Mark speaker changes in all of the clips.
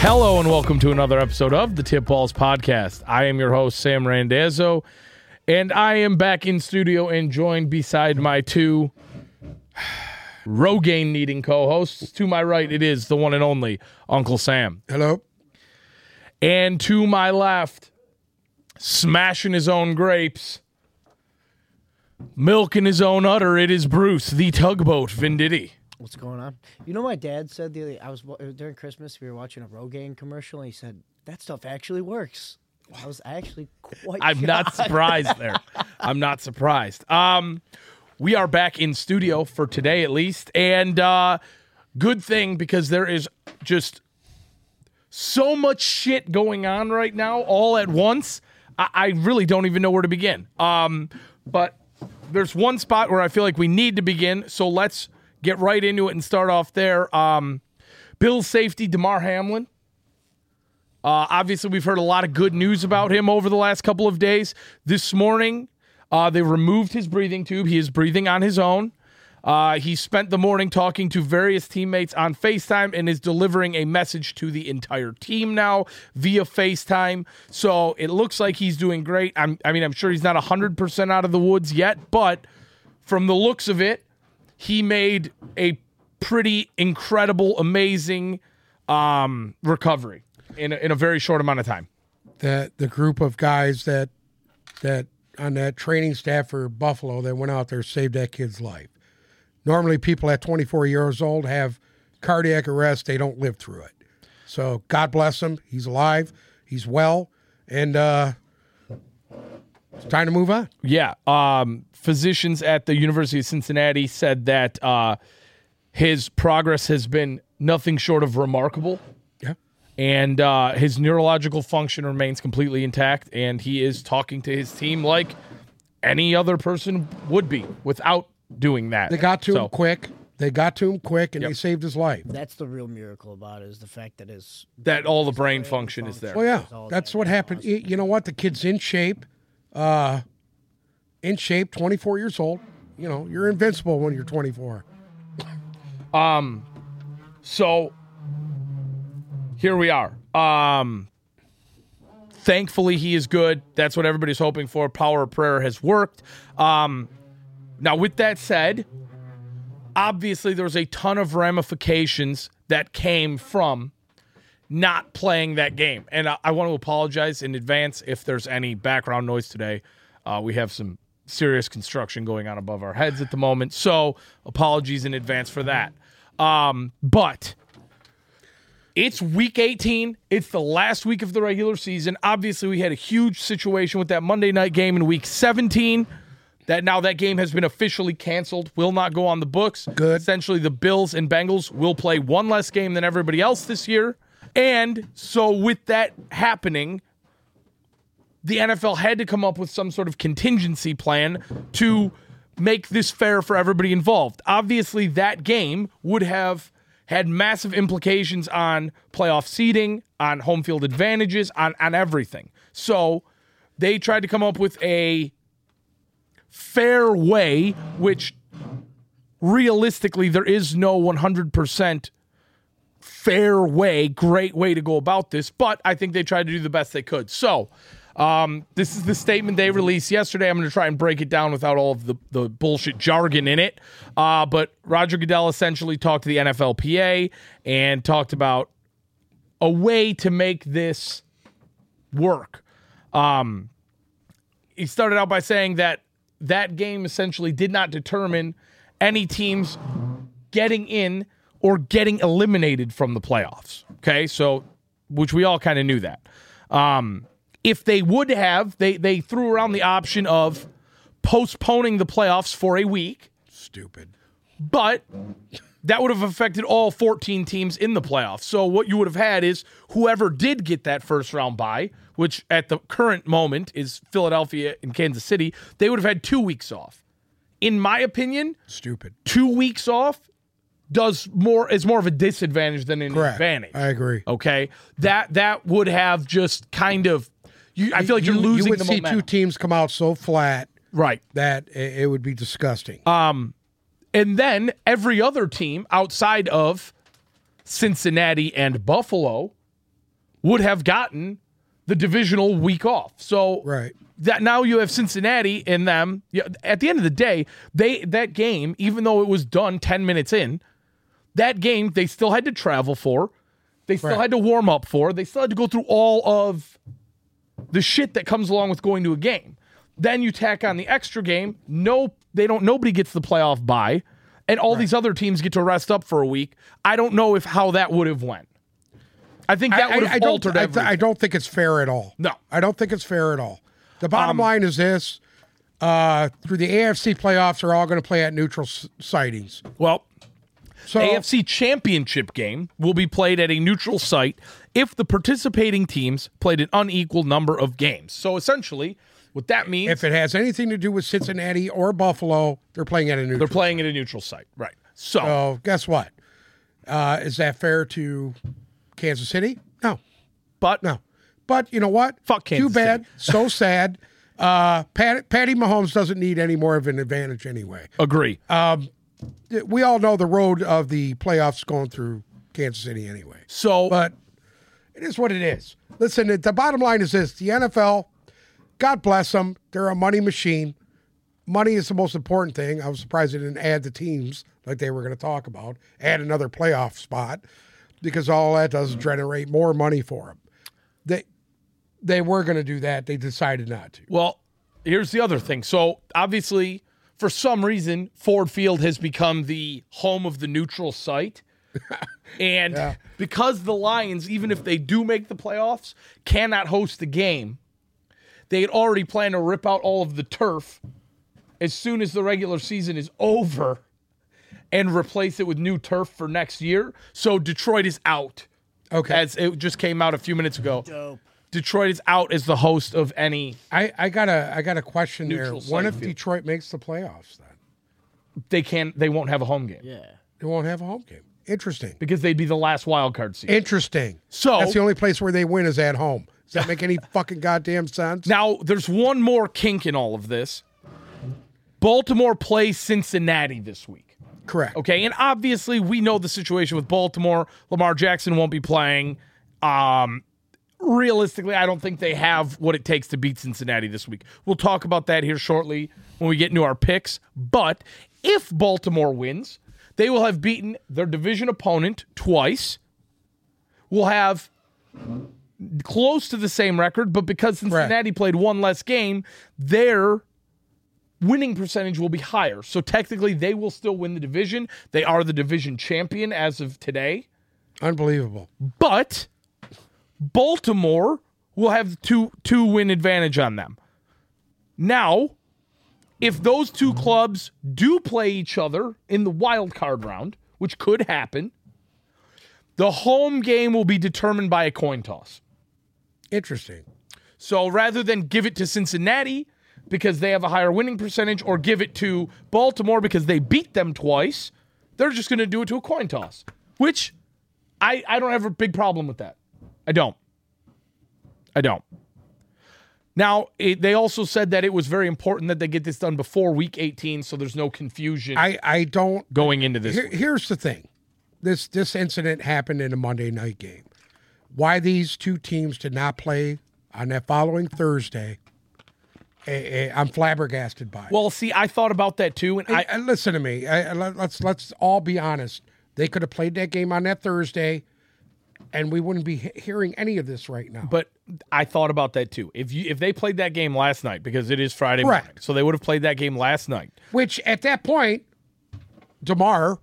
Speaker 1: Hello and welcome to another episode of the Tip Balls Podcast. I am your host, Sam Randazzo, and I am back in studio and joined beside my two Rogaine needing co hosts. To my right, it is the one and only Uncle Sam.
Speaker 2: Hello.
Speaker 1: And to my left, smashing his own grapes, milking his own udder, it is Bruce, the tugboat Venditti.
Speaker 3: What's going on? You know, my dad said the other I was wa- uh, during Christmas we were watching a Rogaine commercial, and he said that stuff actually works. I was actually quite.
Speaker 1: I'm not surprised there. I'm not surprised. Um, we are back in studio for today at least, and uh, good thing because there is just so much shit going on right now, all at once. I, I really don't even know where to begin. Um, but there's one spot where I feel like we need to begin, so let's get right into it and start off there. Um, Bill's safety, Demar Hamlin. Uh, obviously, we've heard a lot of good news about him over the last couple of days. This morning, uh, they removed his breathing tube. He is breathing on his own. Uh, he spent the morning talking to various teammates on FaceTime and is delivering a message to the entire team now via FaceTime. So it looks like he's doing great. I'm, I mean, I'm sure he's not 100% out of the woods yet, but from the looks of it, he made a pretty incredible, amazing um, recovery in a, in a very short amount of time.
Speaker 2: That the group of guys that that on that training staff for Buffalo that went out there saved that kid's life. Normally, people at 24 years old have cardiac arrest; they don't live through it. So God bless him. He's alive. He's well, and uh, it's time to move on.
Speaker 1: Yeah. Um, physicians at the University of Cincinnati said that uh, his progress has been nothing short of remarkable.
Speaker 2: Yeah.
Speaker 1: And uh, his neurological function remains completely intact. And he is talking to his team like any other person would be without doing that.
Speaker 2: They got to
Speaker 1: So-
Speaker 2: him quick. They got to him quick, and they saved his life.
Speaker 3: That's the real miracle about it is the fact that it's
Speaker 1: that all the brain function is there.
Speaker 2: Well,
Speaker 3: It's
Speaker 2: Oh, yeah,
Speaker 3: all
Speaker 2: that's
Speaker 3: that
Speaker 2: what happened. Y- You know what? The kid's in shape, uh, in shape, 24 years old. You know, you're invincible when you're 24.
Speaker 1: So here we are. Um thankfully he is good. That's what everybody's hoping for. Power of prayer has worked. Um now with that said, obviously there was a ton of ramifications that came from not playing that game. And I, I want to apologize in advance if there's any background noise today. Uh, we have some serious construction going on above our heads at the moment. So apologies in advance for that. Um, but it's week 18. It's the last week of the regular season. Obviously, we had a huge situation with that Monday night game in week 17. That now that game has been officially canceled, will not go on the books.
Speaker 2: Good.
Speaker 1: Essentially, the Bills and Bengals will play one less game than everybody else this year. And so, with that happening, the NFL had to come up with some sort of contingency plan to make this fair for everybody involved. Obviously, that game would have had massive implications on playoff seeding, on home field advantages, on, on everything. So they tried to come up with a fair way, which realistically, there is no 100% fair way, great way to go about this, but I think they tried to do the best they could. So, um, this is the statement they released yesterday. I'm going to try and break it down without all of the, the bullshit jargon in it. Uh, but Roger Goodell essentially talked to the NFLPA and talked about a way to make this work. Um, he started out by saying that that game essentially did not determine any team's getting in or getting eliminated from the playoffs. Okay, so which we all kind of knew that. Um, if they would have, they they threw around the option of postponing the playoffs for a week,
Speaker 2: Stupid.
Speaker 1: but that would have affected all 14 teams in the playoffs. So what you would have had is whoever did get that first round bye, which at the current moment is Philadelphia and Kansas City, they would have had two weeks off. In my opinion,
Speaker 2: Stupid.
Speaker 1: two weeks off does more is more of a disadvantage than an
Speaker 2: Correct.
Speaker 1: advantage.
Speaker 2: I agree.
Speaker 1: Okay, that that would have just kind of. You, I feel like you're losing
Speaker 2: You would
Speaker 1: the
Speaker 2: see
Speaker 1: momentum.
Speaker 2: two teams come out so flat
Speaker 1: right,
Speaker 2: that i- it, would be disgusting.
Speaker 1: Uh, and then every other team outside of Cincinnati and Buffalo would have gotten the divisional week off. So
Speaker 2: Right.
Speaker 1: that now you have Cincinnati in them. Yeah, At the end of the day, they that game, even though it was done ten minutes in, that game they still had to travel for, they still
Speaker 2: Right.
Speaker 1: had to warm up for, they still had to go through all of the shit that comes along with going to a game. Then you tack on the extra game. No, they don't. Nobody gets the playoff bye, and all these other teams get to rest up for a week. I don't know if how that would have went. I think that
Speaker 2: I-
Speaker 1: would
Speaker 2: I
Speaker 1: have
Speaker 2: don't-
Speaker 1: altered
Speaker 2: I,
Speaker 1: everything.
Speaker 2: I don't think it's fair at all.
Speaker 1: No. Um,
Speaker 2: I don't think it's fair at all. The bottom line is this: uh, through the AFC playoffs, are all going to play at neutral s- sightings.
Speaker 1: well,
Speaker 2: So
Speaker 1: AFC Championship game will be played at a neutral site if the participating teams played an unequal number of games. So essentially, what that means
Speaker 2: if it has anything to do with Cincinnati or Buffalo, they're playing at a neutral.
Speaker 1: they're playing at a neutral site, right? So
Speaker 2: So guess what? Uh, is that fair to Kansas City? No,
Speaker 1: but
Speaker 2: no. But you know what?
Speaker 1: Fuck Kansas
Speaker 2: Too bad. so sad. Uh, Pat, Patty Mahomes doesn't need any more of an advantage anyway.
Speaker 1: agree.
Speaker 2: Uh, We all know the road of the playoffs going through Kansas City anyway.
Speaker 1: so
Speaker 2: but it is what it is. Listen, the bottom line is this: the NFL, God bless them, they're a money machine. Money is the most important thing. I was surprised they didn't add the teams like they were going to talk about, add another playoff spot, because all that does is generate more money for them. They they were going to do that. They decided not to.
Speaker 1: Well, here's the other thing. So obviously, for some reason, Ford Field has become the home of the neutral site. and because the Lions, even if they do make the playoffs, cannot host the game, they had already planned to rip out all of the turf as soon as the regular season is over and replace it with new turf for next year. So Detroit is out.
Speaker 2: Okay,
Speaker 1: As it just came out a few minutes ago.
Speaker 3: Dope.
Speaker 1: Detroit is out as the host of any
Speaker 2: I, I got a I got a question there.
Speaker 1: Neutral site
Speaker 2: What if
Speaker 1: field.
Speaker 2: Detroit makes the playoffs? Then
Speaker 1: they can't they won't have a home game
Speaker 3: Yeah.
Speaker 2: they won't have a home game. Interesting.
Speaker 1: because they'd be the last wild card seed.
Speaker 2: Interesting.
Speaker 1: So-
Speaker 2: that's the only place where they win is at home. Does that make any fucking goddamn sense?
Speaker 1: now there's one more kink in all of this. Baltimore plays Cincinnati this week.
Speaker 2: Correct.
Speaker 1: Okay, and obviously we know the situation with Baltimore. Lamar Jackson won't be playing. Um realistically, I don't think they have what it takes to beat Cincinnati this week. We'll talk about that here shortly when we get into our picks. But if Baltimore wins, they will have beaten their division opponent twice. Will have close to the same record, but because Cincinnati played one less game, their winning percentage will be higher. So technically, they will still win the division. They are the division champion as of today.
Speaker 2: Unbelievable.
Speaker 1: But Baltimore will have two two win advantage on them. Now, if those two clubs do play each other in the wild card round, which could happen, the home game will be determined by a coin toss.
Speaker 2: Interesting.
Speaker 1: So rather than give it to Cincinnati because they have a higher winning percentage or give it to Baltimore because they beat them twice, they're just going to do it to a coin toss, which I, I don't have a big problem with that. I don't. I don't. Now, it, they also said that it was very important that they get this done before week 18 so there's no confusion
Speaker 2: I I don't.
Speaker 1: going into this.
Speaker 2: Here,
Speaker 1: week.
Speaker 2: here's the thing. This this incident happened in a Monday night game. Why these two teams did not play on that following Thursday? eh, eh, I'm flabbergasted by. it.
Speaker 1: Well, see, I thought about that too, and I,
Speaker 2: I, I- listen to me. I, I- let, let's let's all be honest. They could have played that game on that Thursday, and we wouldn't be he- hearing any of this right now.
Speaker 1: But I thought about that too. If you if they played that game last night because it is Friday
Speaker 2: Correct.
Speaker 1: morning, so they would have played that game last night.
Speaker 2: Which at that point, Demar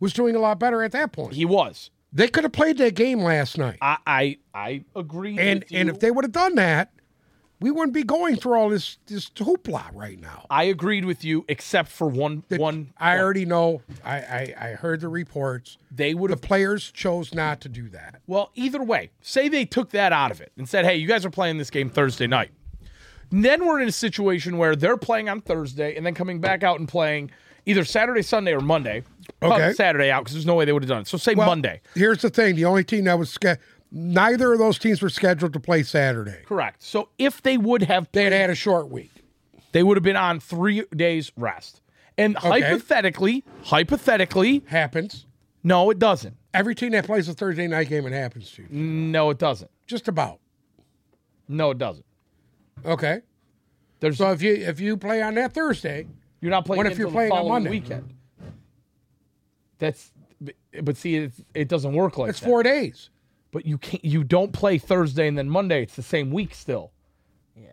Speaker 2: was doing a lot better. At that point,
Speaker 1: He was.
Speaker 2: they could have played that game last night,
Speaker 1: I I, I agree.
Speaker 2: and
Speaker 1: with you.
Speaker 2: and if they would have done that, we wouldn't be going through all this this hoopla right now.
Speaker 1: I agreed with you, except for one one,
Speaker 2: I already know. I I, I heard the reports.
Speaker 1: they would
Speaker 2: The
Speaker 1: have.
Speaker 2: players chose not to do that.
Speaker 1: Well, either way, say they took that out of it and said, "Hey, you guys are playing this game Thursday night." Then we're in a situation where they're playing on Thursday and then coming back out and playing either Saturday, Sunday, or Monday. Probably
Speaker 2: Okay.
Speaker 1: Saturday out because there's no way they would have done it. So say Monday.
Speaker 2: Here's the thing: the only team that was scheduled, neither of those teams were scheduled to play Saturday.
Speaker 1: Correct. So if they would have
Speaker 2: They had had a short week.
Speaker 1: they would have been on three days rest. And hypothetically, hypothetically,
Speaker 2: Happens.
Speaker 1: no, it doesn't. Mm.
Speaker 2: Every team that plays a Thursday night game, it happens to.
Speaker 1: No, it doesn't.
Speaker 2: Just about.
Speaker 1: No, it doesn't.
Speaker 2: Okay.
Speaker 1: There's
Speaker 2: So if you if you play on that Thursday,
Speaker 1: you're not playing
Speaker 2: What if
Speaker 1: until
Speaker 2: you're
Speaker 1: the
Speaker 2: playing on
Speaker 1: following
Speaker 2: Monday?
Speaker 1: weekend. That's but see it, it doesn't work like
Speaker 2: it's
Speaker 1: that.
Speaker 2: four days.
Speaker 1: but you can't you don't play Thursday and then Monday. It's the same week still.
Speaker 3: Yeah.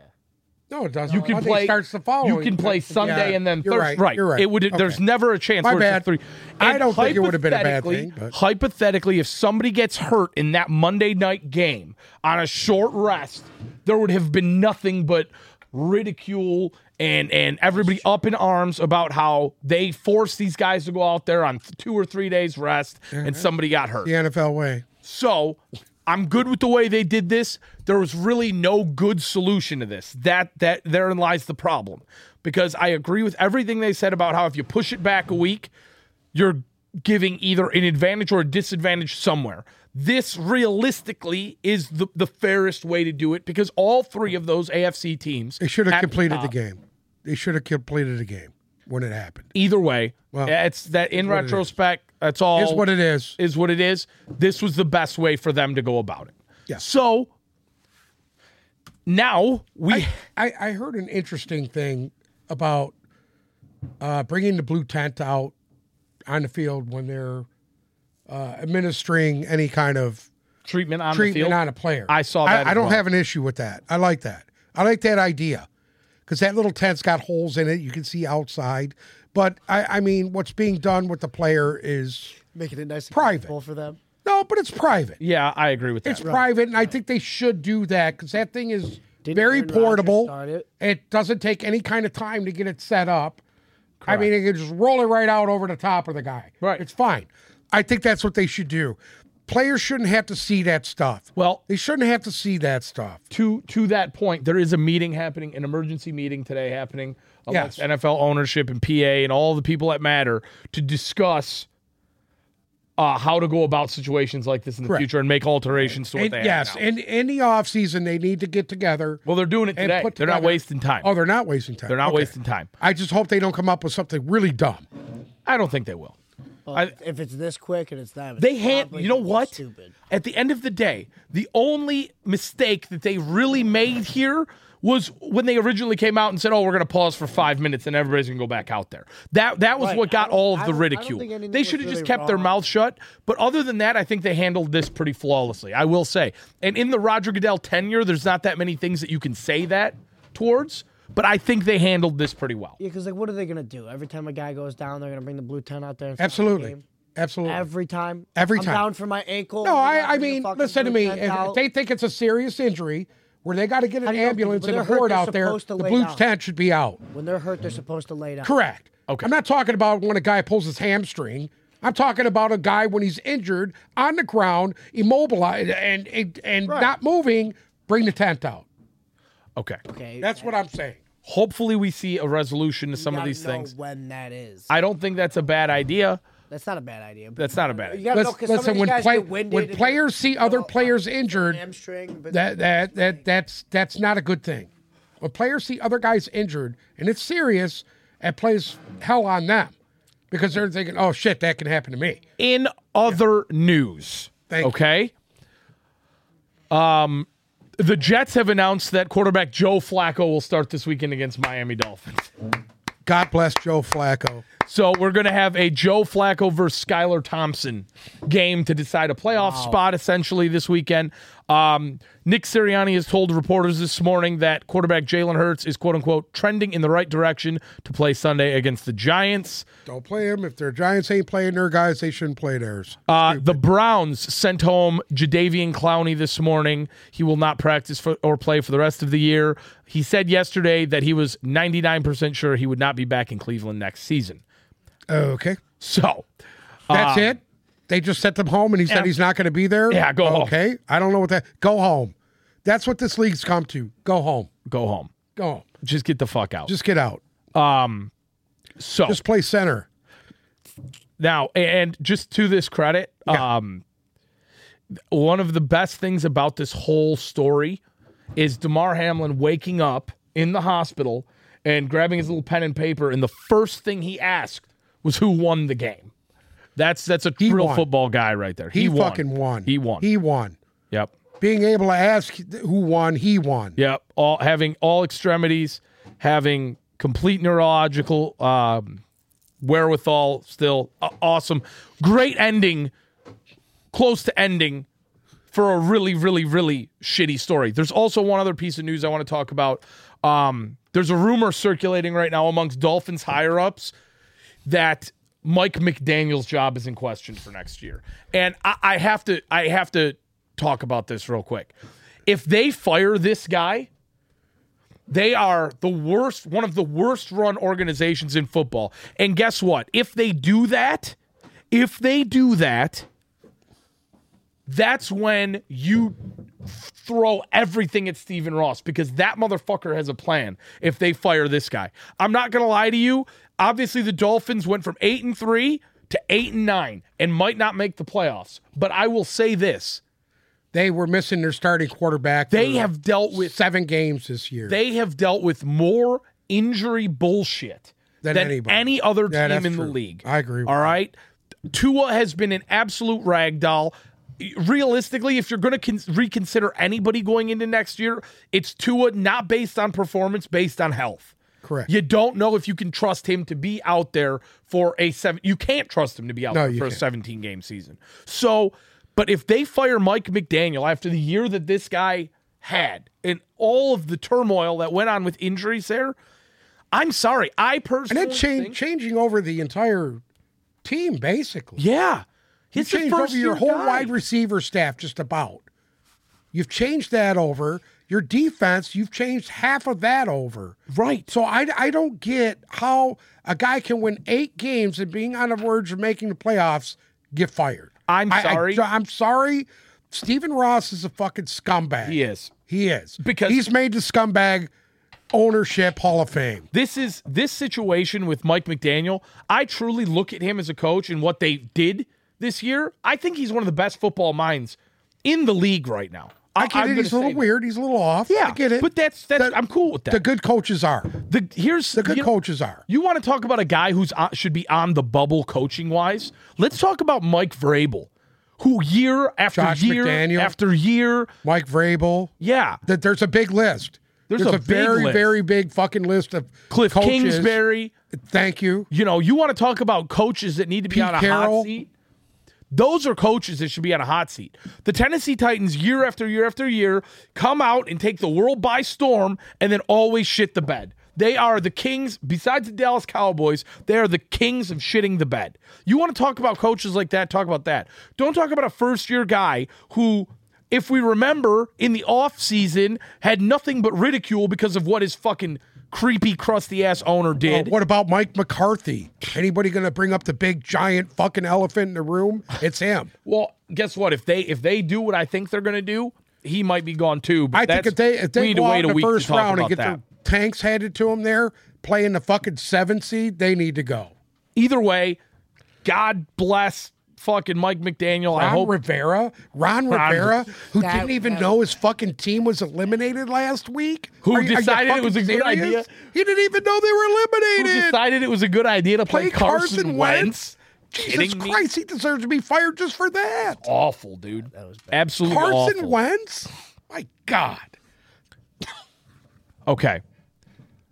Speaker 2: No, it doesn't.
Speaker 1: You can
Speaker 2: Monday
Speaker 1: play
Speaker 2: starts the following.
Speaker 1: You can play Sunday
Speaker 2: Yeah,
Speaker 1: and then
Speaker 2: you're
Speaker 1: Thursday.
Speaker 2: right, you're right.
Speaker 1: It would.
Speaker 2: Okay.
Speaker 1: There's never a chance.
Speaker 2: My
Speaker 1: where it's a
Speaker 2: bad.
Speaker 1: three.
Speaker 2: I
Speaker 1: And
Speaker 2: don't think it would have been a bad
Speaker 1: hypothetically-
Speaker 2: thing, but-
Speaker 1: Hypothetically, if somebody gets hurt in that Monday night game on a short rest, there would have been nothing but ridicule and and everybody up in arms about how they forced these guys to go out there on two or three days rest
Speaker 2: Uh-huh.
Speaker 1: and somebody got hurt.
Speaker 2: the NFL way.
Speaker 1: So I'm good with the way they did this. There was really no good solution to this. That that therein lies the problem. Because I agree with everything they said about how if you push it back a week, you're giving either an advantage or a disadvantage somewhere. This realistically is the, the fairest way to do it because all three of those AFC teams
Speaker 2: They should have
Speaker 1: at
Speaker 2: completed
Speaker 1: top.
Speaker 2: the game. They should have completed the game when it happened.
Speaker 1: Either way,
Speaker 2: Well,
Speaker 1: it's that in
Speaker 2: it is.
Speaker 1: retrospect, that's all
Speaker 2: It's what it is.
Speaker 1: is what it is. This was the best way for them to go about it.
Speaker 2: Yeah.
Speaker 1: So now we
Speaker 2: I, I heard an interesting thing about uh, bringing the blue tent out on the field when they're uh, administering any kind of
Speaker 1: treatment on the
Speaker 2: treatment
Speaker 1: field.
Speaker 2: on a player.
Speaker 1: I saw that as
Speaker 2: I, don't
Speaker 1: well.
Speaker 2: have an issue with that. I like that. I like that idea because that little tent's got holes in it. You can see outside. But I, I mean, what's being done with the player is
Speaker 3: Making it nice and
Speaker 2: Private.
Speaker 3: comfortable for them.
Speaker 2: no, but it's private.
Speaker 1: yeah, I agree with that.
Speaker 2: It's private, and I think they should do that because that thing is
Speaker 3: Didn't
Speaker 2: very
Speaker 3: Aaron Rodgers
Speaker 2: portable.
Speaker 3: start it?
Speaker 2: It doesn't take any kind of time to get it set up. I mean, you can just roll it right out over the top of the guy.
Speaker 1: Right.
Speaker 2: It's fine. I think that's what they should do. Players shouldn't have to see that stuff.
Speaker 1: well,
Speaker 2: They shouldn't have to see that stuff.
Speaker 1: to to that point, there is a meeting happening, an emergency meeting today happening amongst
Speaker 2: Yes.
Speaker 1: NFL ownership and PA and all the people that matter to discuss uh, how to go about situations like this in the
Speaker 2: Correct.
Speaker 1: future and make alterations to what
Speaker 2: And
Speaker 1: they
Speaker 2: yes,
Speaker 1: have. now.
Speaker 2: and in the offseason, they need to get together.
Speaker 1: well, they're doing it
Speaker 2: and
Speaker 1: today.
Speaker 2: put
Speaker 1: They're not
Speaker 2: together-
Speaker 1: wasting time.
Speaker 2: Oh, they're not wasting time.
Speaker 1: they're not
Speaker 2: Okay.
Speaker 1: wasting time.
Speaker 2: I just hope they don't come up with something really dumb.
Speaker 1: I don't think they will.
Speaker 3: Well,
Speaker 1: I-
Speaker 3: if it's this quick and it's them, it's
Speaker 1: They had,
Speaker 3: probably
Speaker 1: you know
Speaker 3: gonna be
Speaker 1: what?
Speaker 3: Stupid.
Speaker 1: At the end of the day, the only mistake that they really made here was when they originally came out and said, "Oh, we're going to pause for five minutes and everybody's going to go back out there." That that was
Speaker 3: Right.
Speaker 1: what got
Speaker 3: I don't-
Speaker 1: all
Speaker 3: I
Speaker 1: of the
Speaker 3: don't- I don't
Speaker 1: ridicule.
Speaker 3: think anything
Speaker 1: They
Speaker 3: was
Speaker 1: should have just
Speaker 3: really
Speaker 1: kept their
Speaker 3: wrong.
Speaker 1: mouth shut. But other than that, I think they handled this pretty flawlessly. I will say, and in the Roger Goodell tenure, there's not that many things that you can say that towards. But I think they handled this pretty well.
Speaker 3: Yeah, because like, what are they gonna do? Every time a guy goes down, they're gonna bring the blue tent out there. And stop the
Speaker 2: Absolutely.
Speaker 3: game?
Speaker 2: Absolutely.
Speaker 3: Every time.
Speaker 2: Every
Speaker 3: I'm
Speaker 2: time.
Speaker 3: down for my ankle.
Speaker 2: No,
Speaker 3: you gotta
Speaker 2: I, I
Speaker 3: bring the
Speaker 2: mean,
Speaker 3: fucking
Speaker 2: listen to
Speaker 3: blue
Speaker 2: me.
Speaker 3: tent
Speaker 2: If, if
Speaker 3: out.
Speaker 2: they think it's a serious injury where they got to get an
Speaker 3: do you know if
Speaker 2: ambulance
Speaker 3: people-
Speaker 2: and a
Speaker 3: they're hurt,
Speaker 2: board
Speaker 3: they're
Speaker 2: out there,
Speaker 3: supposed to
Speaker 2: the
Speaker 3: lay
Speaker 2: Blues
Speaker 3: down.
Speaker 2: tent should be out.
Speaker 3: when they're hurt, they're supposed to lay down.
Speaker 2: Correct.
Speaker 1: Okay.
Speaker 2: I'm not talking about when a guy pulls his hamstring. I'm talking about a guy when he's injured on the ground, immobilized, and and, and not moving. Bring the tent out.
Speaker 1: Okay.
Speaker 3: Okay.
Speaker 2: That's what I'm saying.
Speaker 1: Hopefully, we see a resolution to some of
Speaker 3: gotta
Speaker 1: these
Speaker 3: know
Speaker 1: things.
Speaker 3: When that is.
Speaker 1: I don't think that's a bad idea.
Speaker 3: That's not a bad idea. but
Speaker 1: That's not a bad
Speaker 3: You
Speaker 1: idea.
Speaker 3: gotta know,
Speaker 2: Let's,
Speaker 3: 'cause some of
Speaker 2: listen,
Speaker 3: these
Speaker 2: when,
Speaker 3: guys
Speaker 2: play,
Speaker 3: get winded
Speaker 2: when uh,
Speaker 3: and they
Speaker 2: players see
Speaker 3: go,
Speaker 2: other
Speaker 3: "Oh,
Speaker 2: players
Speaker 3: I'm
Speaker 2: injured,
Speaker 3: hamstring, but
Speaker 2: that that that that's that's not a good thing. When players see other guys injured and it's serious, it plays hell on them because they're thinking, "Oh shit, that can happen to me."
Speaker 1: In other news,
Speaker 2: Thank you.
Speaker 1: okay. Um, the Jets have announced that quarterback Joe Flacco will start this weekend against Miami Dolphins.
Speaker 2: God bless Joe Flacco.
Speaker 1: So we're going to have a Joe Flacco versus Skylar Thompson game to decide a playoff spot essentially this weekend. Um, Nick Sirianni has told reporters this morning that quarterback Jalen Hurts is quote unquote trending in the right direction to play Sunday against the Giants.
Speaker 2: Don't play him if their Giants ain't playing their guys. They shouldn't play theirs.
Speaker 1: Uh, the Browns sent home Jadavian Clowney this morning. He will not practice for, or play for the rest of the year. He said yesterday that he was 99% sure he would not be back in Cleveland next season.
Speaker 2: okay,
Speaker 1: So,
Speaker 2: that's it. They just sent them home, and he
Speaker 1: uh, yeah.
Speaker 2: said he's not going to be there.
Speaker 1: Yeah, go home.
Speaker 2: Okay, I don't know what that. Go home. That's what this league's come to. Go home.
Speaker 1: go home.
Speaker 2: Go home.
Speaker 1: Just get the fuck out.
Speaker 2: Just get out.
Speaker 1: so,
Speaker 2: Just play center.
Speaker 1: now, and just to this credit, um, one of the best things about this whole story is DeMar Hamlin waking up in the hospital and grabbing his little pen and paper, and the first thing he asked was who won the game. That's that's a real
Speaker 2: won.
Speaker 1: football guy right there. He,
Speaker 2: He,
Speaker 1: won.
Speaker 2: fucking won.
Speaker 1: He won.
Speaker 2: He won.
Speaker 1: yep.
Speaker 2: being able to ask who won, he won.
Speaker 1: Yeah, all having all extremities, having complete neurological um, wherewithal. Still a- awesome, great ending, close to ending for a really, really, really shitty story. There's also one other piece of news I want to talk about. Um, there's a rumor circulating right now amongst Dolphins higher ups that Mike McDaniel's job is in question for next year. And I, I have to I have to talk about this real quick. If they fire this guy, they are the worst, one of the worst run organizations in football. And guess what? If they do that, if they do that, that's when you throw everything at Steven Ross because that motherfucker has a plan if they fire this guy. I'm not going to lie to you. Obviously, the Dolphins went from 8 and 3 to 8 and 9 and might not make the playoffs. But I will say this
Speaker 2: They were missing their starting quarterback.
Speaker 1: they
Speaker 2: for
Speaker 1: have dealt with
Speaker 2: seven games this year.
Speaker 1: they have dealt with more injury bullshit than,
Speaker 2: Than anybody.
Speaker 1: any other team
Speaker 2: Yeah, that's
Speaker 1: in the
Speaker 2: true.
Speaker 1: league.
Speaker 2: I agree with
Speaker 1: All
Speaker 2: you.
Speaker 1: right. Tua has been an absolute ragdoll. Realistically, if you're going to con- reconsider anybody going into next year, it's Tua not based on performance, based on health.
Speaker 2: Correct.
Speaker 1: You don't know if you can trust him to be out there for a seven. You can't trust him to be out
Speaker 2: No,
Speaker 1: there
Speaker 2: you
Speaker 1: for a
Speaker 2: can't.
Speaker 1: 17 game season. So, but if they fire Mike McDaniel after the year that this guy had and all of the turmoil that went on with injuries there, I'm sorry. I
Speaker 2: and
Speaker 1: personally
Speaker 2: then change,
Speaker 1: think-
Speaker 2: changing over the entire team, basically.
Speaker 1: yeah,
Speaker 2: You
Speaker 1: he's the
Speaker 2: changed
Speaker 1: first
Speaker 2: over your
Speaker 1: year
Speaker 2: whole
Speaker 1: guy.
Speaker 2: wide receiver staff just about. You've changed that over. Your defense, you've changed half of that over.
Speaker 1: right.
Speaker 2: So I, I don't get how a guy can win eight games and being on the verge of making the playoffs get fired.
Speaker 1: I'm
Speaker 2: I- I-
Speaker 1: sorry.
Speaker 2: I'm sorry. Stephen Ross is a fucking scumbag.
Speaker 1: He is.
Speaker 2: He is.
Speaker 1: Because-
Speaker 2: he's made the scumbag ownership Hall of Fame.
Speaker 1: This is this situation with Mike McDaniel. I truly look at him as a coach and what they did this year. I think he's one of the best football minds in the league right now.
Speaker 2: I get
Speaker 1: I'm
Speaker 2: it.
Speaker 1: gonna
Speaker 2: He's a little
Speaker 1: say that.
Speaker 2: weird. He's a little off.
Speaker 1: Yeah,
Speaker 2: I get it.
Speaker 1: But that's that's
Speaker 2: The-
Speaker 1: I'm cool with that.
Speaker 2: the good coaches are.
Speaker 1: The, here's
Speaker 2: The good
Speaker 1: you,
Speaker 2: coaches are.
Speaker 1: You want to talk about a guy who's on, should be on the bubble coaching wise? Let's talk about Mike Vrabel, who year after
Speaker 2: Josh
Speaker 1: year
Speaker 2: McDaniel.
Speaker 1: after year,
Speaker 2: Mike Vrabel.
Speaker 1: yeah,
Speaker 2: That there's a big list.
Speaker 1: There's a big
Speaker 2: very,
Speaker 1: list.
Speaker 2: very big fucking list of
Speaker 1: Cliff
Speaker 2: coaches.
Speaker 1: Kingsbury.
Speaker 2: Thank you.
Speaker 1: You know, you want to talk about coaches that need to be
Speaker 2: Pete
Speaker 1: on a hot
Speaker 2: Carroll.
Speaker 1: seat. Those are coaches that should be on a hot seat. The Tennessee Titans, year after year after year, come out and take the world by storm and then always shit the bed. They are the kings, besides the Dallas Cowboys, they are the kings of shitting the bed. You want to talk about coaches like that? Talk about that. Don't talk about a first year guy who, if we remember, in the offseason had nothing but ridicule because of what his fucking creepy, crusty ass owner did.
Speaker 2: Uh, What about Mike McCarthy? Anybody going to bring up the big giant fucking elephant in the room? It's him.
Speaker 1: Well, guess what? If they if they do what I think they're gonna do, he might be gone too. But
Speaker 2: I think
Speaker 1: that's-
Speaker 2: if they if
Speaker 1: we
Speaker 2: they
Speaker 1: need to wait
Speaker 2: go out
Speaker 1: a
Speaker 2: in the
Speaker 1: week to
Speaker 2: first
Speaker 1: talk
Speaker 2: round and
Speaker 1: about
Speaker 2: get
Speaker 1: that.
Speaker 2: their tanks handed to them there, playing the fucking seven seed, they need to go.
Speaker 1: Either way, God bless fucking Mike McDaniel. I
Speaker 2: Ron
Speaker 1: hope
Speaker 2: Rivera, Ron, Rivera, who
Speaker 3: That-
Speaker 2: didn't even
Speaker 3: that-
Speaker 2: know his fucking team was eliminated last week,
Speaker 1: Who
Speaker 2: you-
Speaker 1: decided it
Speaker 2: fucking
Speaker 1: was a good idea?
Speaker 2: He didn't even know they were
Speaker 1: who
Speaker 2: eliminated.
Speaker 1: decided it was a good idea to play,
Speaker 2: Play
Speaker 1: Carson,
Speaker 2: Carson
Speaker 1: Wentz.
Speaker 2: Wentz?
Speaker 1: Kidding
Speaker 2: Jesus
Speaker 1: me?
Speaker 2: Christ, he deserves to be fired just for that.
Speaker 1: Awful, dude. Absolutely
Speaker 2: Carson
Speaker 1: awful.
Speaker 2: Wentz, my God.
Speaker 1: Okay.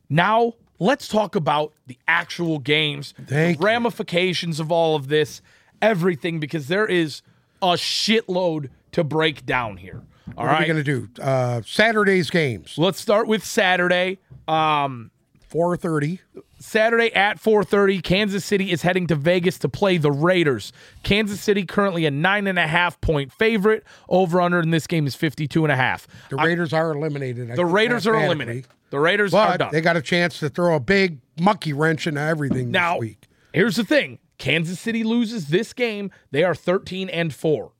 Speaker 1: Now let's talk about the actual games,
Speaker 2: Thank
Speaker 1: the
Speaker 2: you.
Speaker 1: ramifications of all of this, everything, because there is a shitload to break down here. All
Speaker 2: What are we
Speaker 1: right.
Speaker 2: going to do? Uh, Saturday's games,
Speaker 1: Let's start with Saturday. Um,
Speaker 2: four thirty.
Speaker 1: Saturday at 4:30, Kansas City is heading to Vegas to play the Raiders. Kansas City currently a nine and a half point favorite. Over under in this game is 52 and a half.
Speaker 2: The Raiders are eliminated. I
Speaker 1: The
Speaker 2: think
Speaker 1: Raiders are
Speaker 2: mathematically.
Speaker 1: eliminated. The Raiders are
Speaker 2: But
Speaker 1: done.
Speaker 2: they got a chance to throw a big monkey wrench into everything
Speaker 1: now,
Speaker 2: this week.
Speaker 1: here's the thing: Kansas City loses this game, they are 13 and four.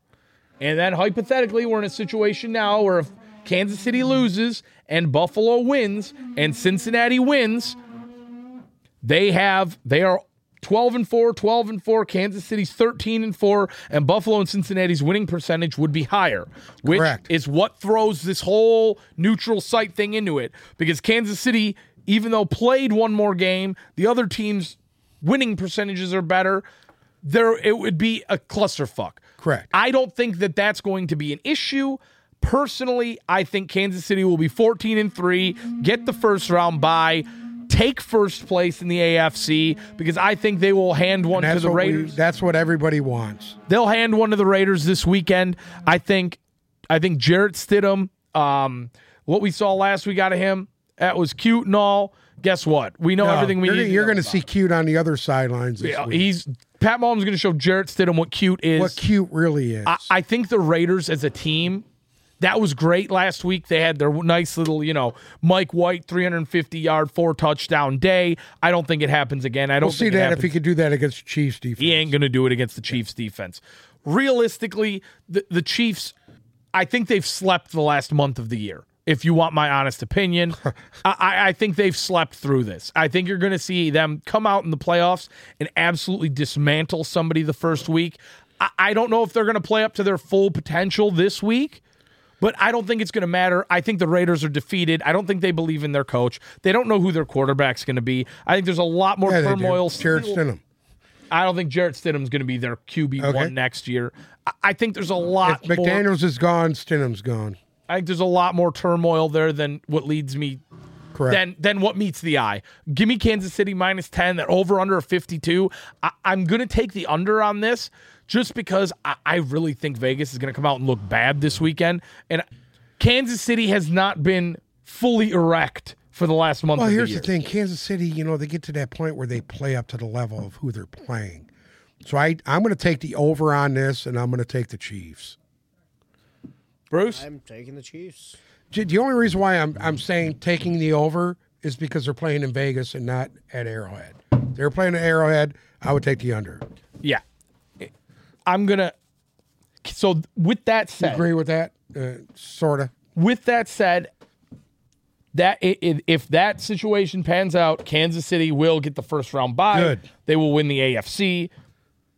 Speaker 1: And then hypothetically, we're in a situation now where if Kansas City loses and Buffalo wins and Cincinnati wins, they have they are 12 and 4, 12 and 4, Kansas City's 13 and 4, and Buffalo and Cincinnati's winning percentage would be higher, which
Speaker 2: Correct.
Speaker 1: is what throws this whole neutral site thing into it because Kansas City even though played one more game, the other team's winning percentages are better. There it would be a clusterfuck.
Speaker 2: Correct.
Speaker 1: I don't think that that's going to be an issue. Personally, I think Kansas City will be 14 and 3, get the first round bye, take first place in the AFC because I think they will hand one to
Speaker 2: That's
Speaker 1: the
Speaker 2: what we-
Speaker 1: Raiders.
Speaker 2: that's what everybody wants.
Speaker 1: They'll hand one to the Raiders this weekend. I think I think Jarrett Stidham, um, what we saw last week out of him, that was cute and all. Guess what? We know
Speaker 2: No,
Speaker 1: everything we
Speaker 2: Uh, you're,
Speaker 1: need. to
Speaker 2: You're
Speaker 1: know
Speaker 2: going to
Speaker 1: about
Speaker 2: see cute on the other sidelines this
Speaker 1: him.
Speaker 2: week.
Speaker 1: He's Pat Mahomes is going to show Jarrett Stidham what cute is.
Speaker 2: what cute really is.
Speaker 1: I, I think the Raiders as a team, that was great last week. They had their nice little, you know, Mike White 350 yard, four touchdown day. I don't think it happens again. I don't
Speaker 2: we'll see
Speaker 1: think it
Speaker 2: that
Speaker 1: happens
Speaker 2: if he could do that against Chiefs defense.
Speaker 1: he ain't going to do it against the Chiefs defense. Realistically, the, the Chiefs, I think they've slept the last month of the year. If you want my honest opinion, I, I I think they've slept through this. I think you're going to see them come out in the playoffs and absolutely dismantle somebody the first week. I, I don't know if they're going to play up to their full potential this week. But I don't think it's going to matter. I think the Raiders are defeated. I don't think they believe in their coach. They don't know who their quarterback's going to be. I think there's a lot more
Speaker 2: Yeah, they do.
Speaker 1: turmoil
Speaker 2: Jarrett
Speaker 1: still-
Speaker 2: Stidham.
Speaker 1: I don't think Jarrett Stidham's going to be their QB
Speaker 2: Okay.
Speaker 1: one next year. I- I think there's a lot. More,
Speaker 2: McDaniels is gone. Stidham's gone.
Speaker 1: I think there's a lot more turmoil there than what leads me
Speaker 2: Correct.
Speaker 1: than than what meets the eye. Give me Kansas City minus ten. That over under of 52. I, I'm going to take the under on this just because I, I really think Vegas is going to come out and look bad this weekend. And Kansas City has not been fully erect for the last month.
Speaker 2: well,
Speaker 1: of
Speaker 2: here's
Speaker 1: the,
Speaker 2: the
Speaker 1: year.
Speaker 2: thing. Kansas City, you know, they get to that point where they play up to the level of who they're playing. So I, I'm going to take the over on this, and I'm going to take the Chiefs.
Speaker 1: Bruce.
Speaker 3: I'm taking the Chiefs.
Speaker 2: J- The only reason why I'm I'm saying taking the over is because they're playing in Vegas and not at Arrowhead. If They were playing at Arrowhead. I would take the under.
Speaker 1: Yeah, I'm gonna. So with that said,
Speaker 2: Agree with that? Uh, sort of.
Speaker 1: with that said, that i- i- if that situation pans out, Kansas City will get the first round bye.
Speaker 2: Good.
Speaker 1: They will win the AFC.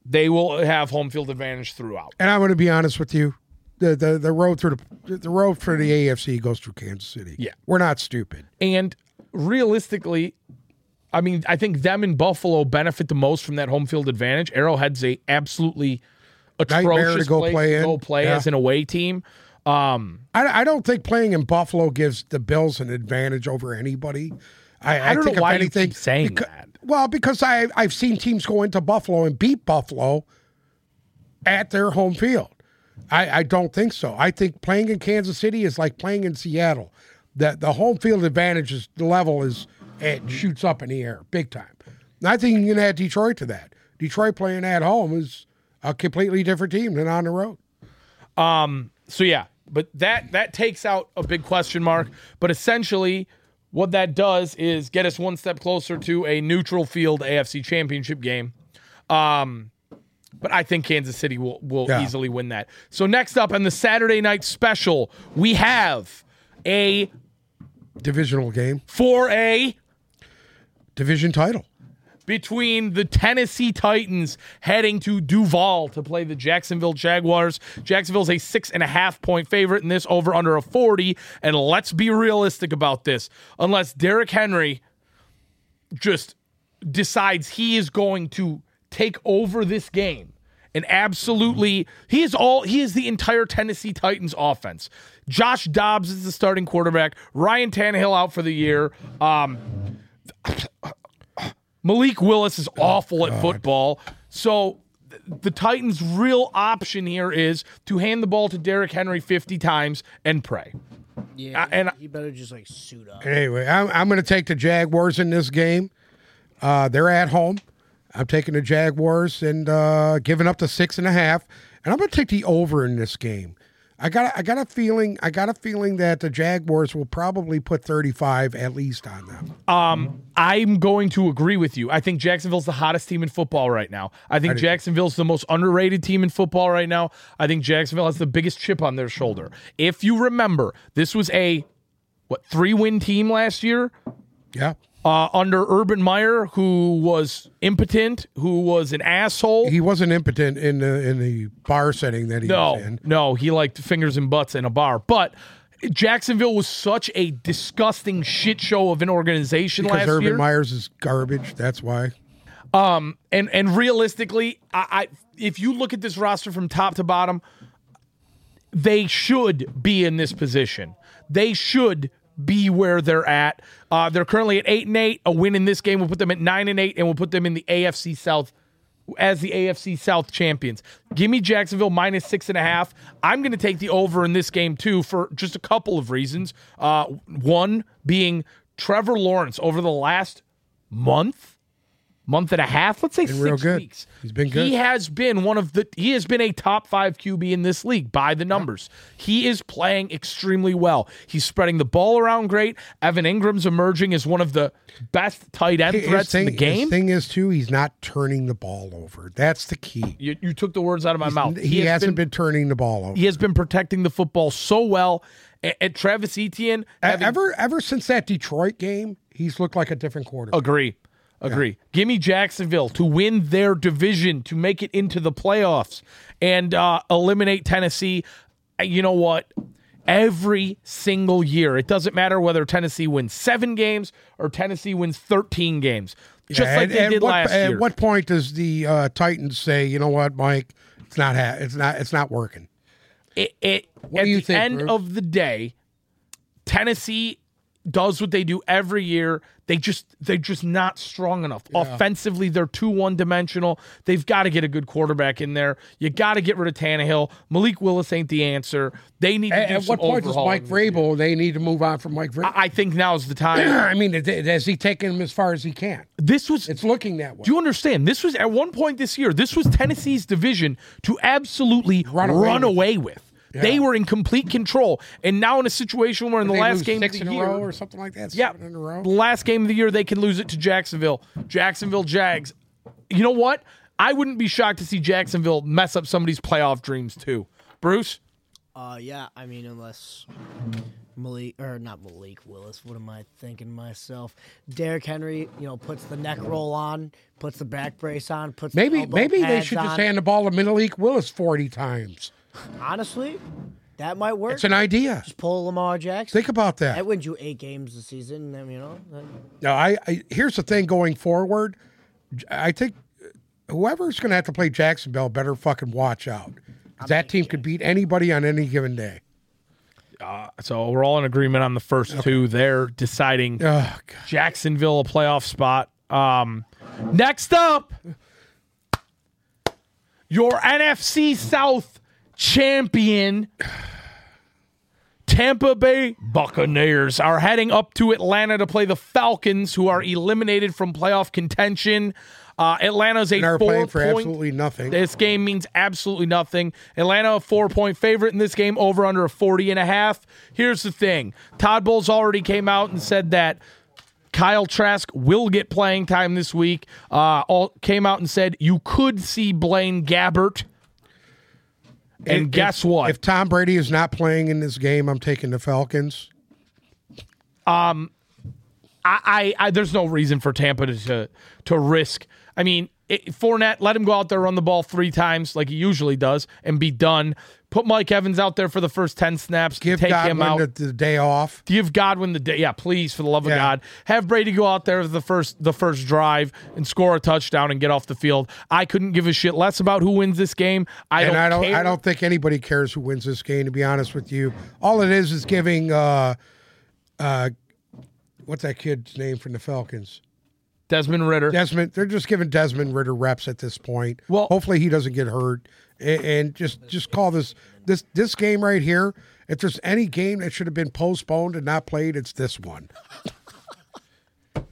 Speaker 1: They will have home field advantage throughout.
Speaker 2: And I'm going to be honest with you. The, the the road through the the road for the AFC goes through Kansas City.
Speaker 1: Yeah.
Speaker 2: we're not stupid.
Speaker 1: And realistically, I mean, I think them and Buffalo benefit the most from that home field advantage. Arrowhead's a absolutely
Speaker 2: Nightmare
Speaker 1: atrocious
Speaker 2: to go
Speaker 1: place
Speaker 2: play
Speaker 1: to
Speaker 2: in.
Speaker 1: go play
Speaker 2: Yeah.
Speaker 1: as an away team. Um,
Speaker 2: I, I don't think playing in Buffalo gives the Bills an advantage over anybody. I, I,
Speaker 1: I don't
Speaker 2: think
Speaker 1: know
Speaker 2: if
Speaker 1: why you
Speaker 2: anything,
Speaker 1: keep saying
Speaker 2: becau-
Speaker 1: that.
Speaker 2: Well, because I I've seen teams go into Buffalo and beat Buffalo at their home field. I, I don't think so. I think playing in Kansas City is like playing in Seattle. That the home field advantage is the level is it shoots up in the air big time. And I think you can add Detroit to that. Detroit playing at home is a completely different team than on the road.
Speaker 1: So yeah, but that that takes out a big question mark. But essentially, what that does is get us one step closer to a neutral field AFC Championship game. Um, but I think Kansas City will will
Speaker 2: Yeah.
Speaker 1: easily win that. So next up on the Saturday night special, we have a
Speaker 2: Divisional game,
Speaker 1: for a
Speaker 2: division title.
Speaker 1: between the Tennessee Titans heading to Duval to play the Jacksonville Jaguars. Jacksonville's a six and a half point favorite in this over under a 40. And let's be realistic about this. Unless Derrick Henry just decides he is going to take over this game and absolutely he is all he is the entire Tennessee Titans offense. Josh Dobbs is the starting quarterback. Ryan Tannehill out for the year. Um, Malik Willis is awful at football. So th- the Titans' real option here is to hand the ball to Derrick Henry 50 times and pray.
Speaker 3: Yeah,
Speaker 1: and-
Speaker 3: you better just like suit up.
Speaker 2: Anyway, I'm, I'm going to take the Jaguars in this game. Uh, they're at home. I'm taking the Jaguars and uh, giving up to six and a half, and I'm going to take the over in this game. I got a- I got a feeling I got a feeling that the Jaguars will probably put 35 at least on them.
Speaker 1: I'm going to agree with you. I think Jacksonville's the hottest team in football right now. I think Jacksonville's the most underrated team in football right now. I think Jacksonville has the biggest chip on their shoulder. If you remember, this was a what three win team last year
Speaker 2: Yeah,
Speaker 1: uh, under Urban Meyer, who was impotent, who was an asshole.
Speaker 2: he wasn't impotent in the in the bar setting that he
Speaker 1: No,
Speaker 2: was in.
Speaker 1: no, he liked fingers and butts in a bar. But Jacksonville was such a disgusting shit show of an organization
Speaker 2: Because
Speaker 1: last
Speaker 2: Urban
Speaker 1: year,
Speaker 2: Myers is garbage. That's why.
Speaker 1: and and realistically, I, I if you look at this roster from top to bottom, they should be in this position. They should be where they're at. Uh, they're currently at eight and eight. A win in this game will put them at nine and eight, and will put them in the AFC South as the AFC South champions. Give me Jacksonville minus six and a half. I'm going to take the over in this game too for just a couple of reasons. Uh, one being Trevor Lawrence over the last month, month and a half. Let's say six
Speaker 2: real good.
Speaker 1: weeks.
Speaker 2: He's been good.
Speaker 1: He has been one of the. He has been a top five QB in this league by the numbers. He is playing extremely well. He's spreading the ball around great. Evan Ingram's emerging as one of the best tight end
Speaker 2: His
Speaker 1: threats in the
Speaker 2: thing- his
Speaker 1: game.
Speaker 2: thing is too, he's not turning the ball over. That's the key.
Speaker 1: You, you took the words out of my mouth.
Speaker 2: He,
Speaker 1: has
Speaker 2: hasn't been, turning the ball over.
Speaker 1: He has been protecting the football so well. And, and Travis Etienne, having-
Speaker 2: ever ever since that Detroit game, he's looked like a different quarterback.
Speaker 1: agree, agree. Give me Jacksonville to win their division to make it into the playoffs and uh, eliminate Tennessee. Uh, You know what? Every single year, it doesn't matter whether Tennessee wins seven games or Tennessee wins thirteen games, just
Speaker 2: Yeah,
Speaker 1: like
Speaker 2: and-
Speaker 1: they
Speaker 2: and
Speaker 1: did
Speaker 2: what,
Speaker 1: last
Speaker 2: at
Speaker 1: year.
Speaker 2: what point does the uh, Titans say, you know what, Mike, it's not ha- it's not it's not working?
Speaker 1: it, it
Speaker 2: What
Speaker 1: at
Speaker 2: do you
Speaker 1: the
Speaker 2: think,
Speaker 1: end
Speaker 2: Bruce?
Speaker 1: of the day, Tennessee does what they do every year. They just they're just not strong enough. Offensively, they're too one dimensional. They've got to get a good quarterback in there. You got to get rid of Tannehill. Malik Willis ain't the answer. They need to
Speaker 2: At,
Speaker 1: do
Speaker 2: at
Speaker 1: some
Speaker 2: what point does
Speaker 1: overhauling
Speaker 2: Mike
Speaker 1: this year.
Speaker 2: Vrabel? They need to move on from Mike Vrabel.
Speaker 1: I I think now's the time.
Speaker 2: I mean, is- has he taken him as far as he can?
Speaker 1: This was
Speaker 2: It's looking that way.
Speaker 1: Do you understand? This was at one point this year. This was Tennessee's division to absolutely run away,
Speaker 2: away with.
Speaker 1: with. They were in complete control, and now in a situation where in the
Speaker 2: They
Speaker 1: last
Speaker 2: lose
Speaker 1: game
Speaker 2: six
Speaker 1: of the
Speaker 2: in
Speaker 1: year,
Speaker 2: a row or something like that.
Speaker 1: yeah,
Speaker 2: seven in a row.
Speaker 1: the last game of the year they can lose it to Jacksonville. Jacksonville Jags. You know what? I wouldn't be shocked to see Jacksonville mess up somebody's playoff dreams too. Bruce,
Speaker 3: Uh, yeah, I mean, unless Malik or not Malik Willis. What am I thinking to myself? Derrick Henry, you know, puts the neck roll on, puts the back brace on, puts the
Speaker 2: Maybe
Speaker 3: elbow
Speaker 2: maybe they
Speaker 3: pads
Speaker 2: should
Speaker 3: on.
Speaker 2: just hand the ball to Malik Willis forty times.
Speaker 3: honestly. That might work.
Speaker 2: It's an idea.
Speaker 3: just pull Lamar Jackson.
Speaker 2: Think about that.
Speaker 3: that wins you eight games this season. Then you know, then
Speaker 2: Now, I, I here's the thing going forward. J- I think whoever's going to have to play Jacksonville better fucking watch out. 'Cause That team could beat anybody on any given day.
Speaker 1: so we're all in agreement on the first two. They're deciding
Speaker 2: Oh, God.
Speaker 1: Jacksonville a playoff spot. Um, next up, your NFC South champion, Tampa Bay Buccaneers, are heading up to Atlanta to play the Falcons, who are eliminated from playoff contention. Uh, Atlanta's a
Speaker 2: They're playing for
Speaker 1: four-point
Speaker 2: absolutely nothing.
Speaker 1: this game means absolutely nothing. Atlanta, a four point favorite in this game, over under a 40 and a half. Here's the thing Todd Bowles already came out and said that Kyle Trask will get playing time this week. Uh, all came out and said you could see Blaine Gabbert. And
Speaker 2: If-
Speaker 1: guess what?
Speaker 2: If Tom Brady is not playing in this game, I'm taking the Falcons.
Speaker 1: I, I, I there's no reason for Tampa to to, to risk. I mean, it, Fournette, let him go out there, run the ball three times like he usually does, and be done. Put Mike Evans out there for the first ten snaps.
Speaker 2: Give
Speaker 1: take him out.
Speaker 2: Godwin the, the day off.
Speaker 1: Give Godwin the day. Yeah, please, for the love of
Speaker 2: Yeah.
Speaker 1: God, have Brady go out there for the first the first drive and score a touchdown and get off the field. I couldn't give a shit less about who wins this game. I
Speaker 2: And
Speaker 1: don't.
Speaker 2: I don't,
Speaker 1: care.
Speaker 2: I don't think anybody cares who wins this game. To be honest with you, all it is is giving. Uh, uh, what's that kid's name from the Falcons?
Speaker 1: Desmond Ritter.
Speaker 2: Desmond. They're just giving Desmond Ritter reps at this point.
Speaker 1: Well-
Speaker 2: hopefully he doesn't get hurt. And, and just just call this this this game right here. If there's any game that should have been postponed and not played, it's this one.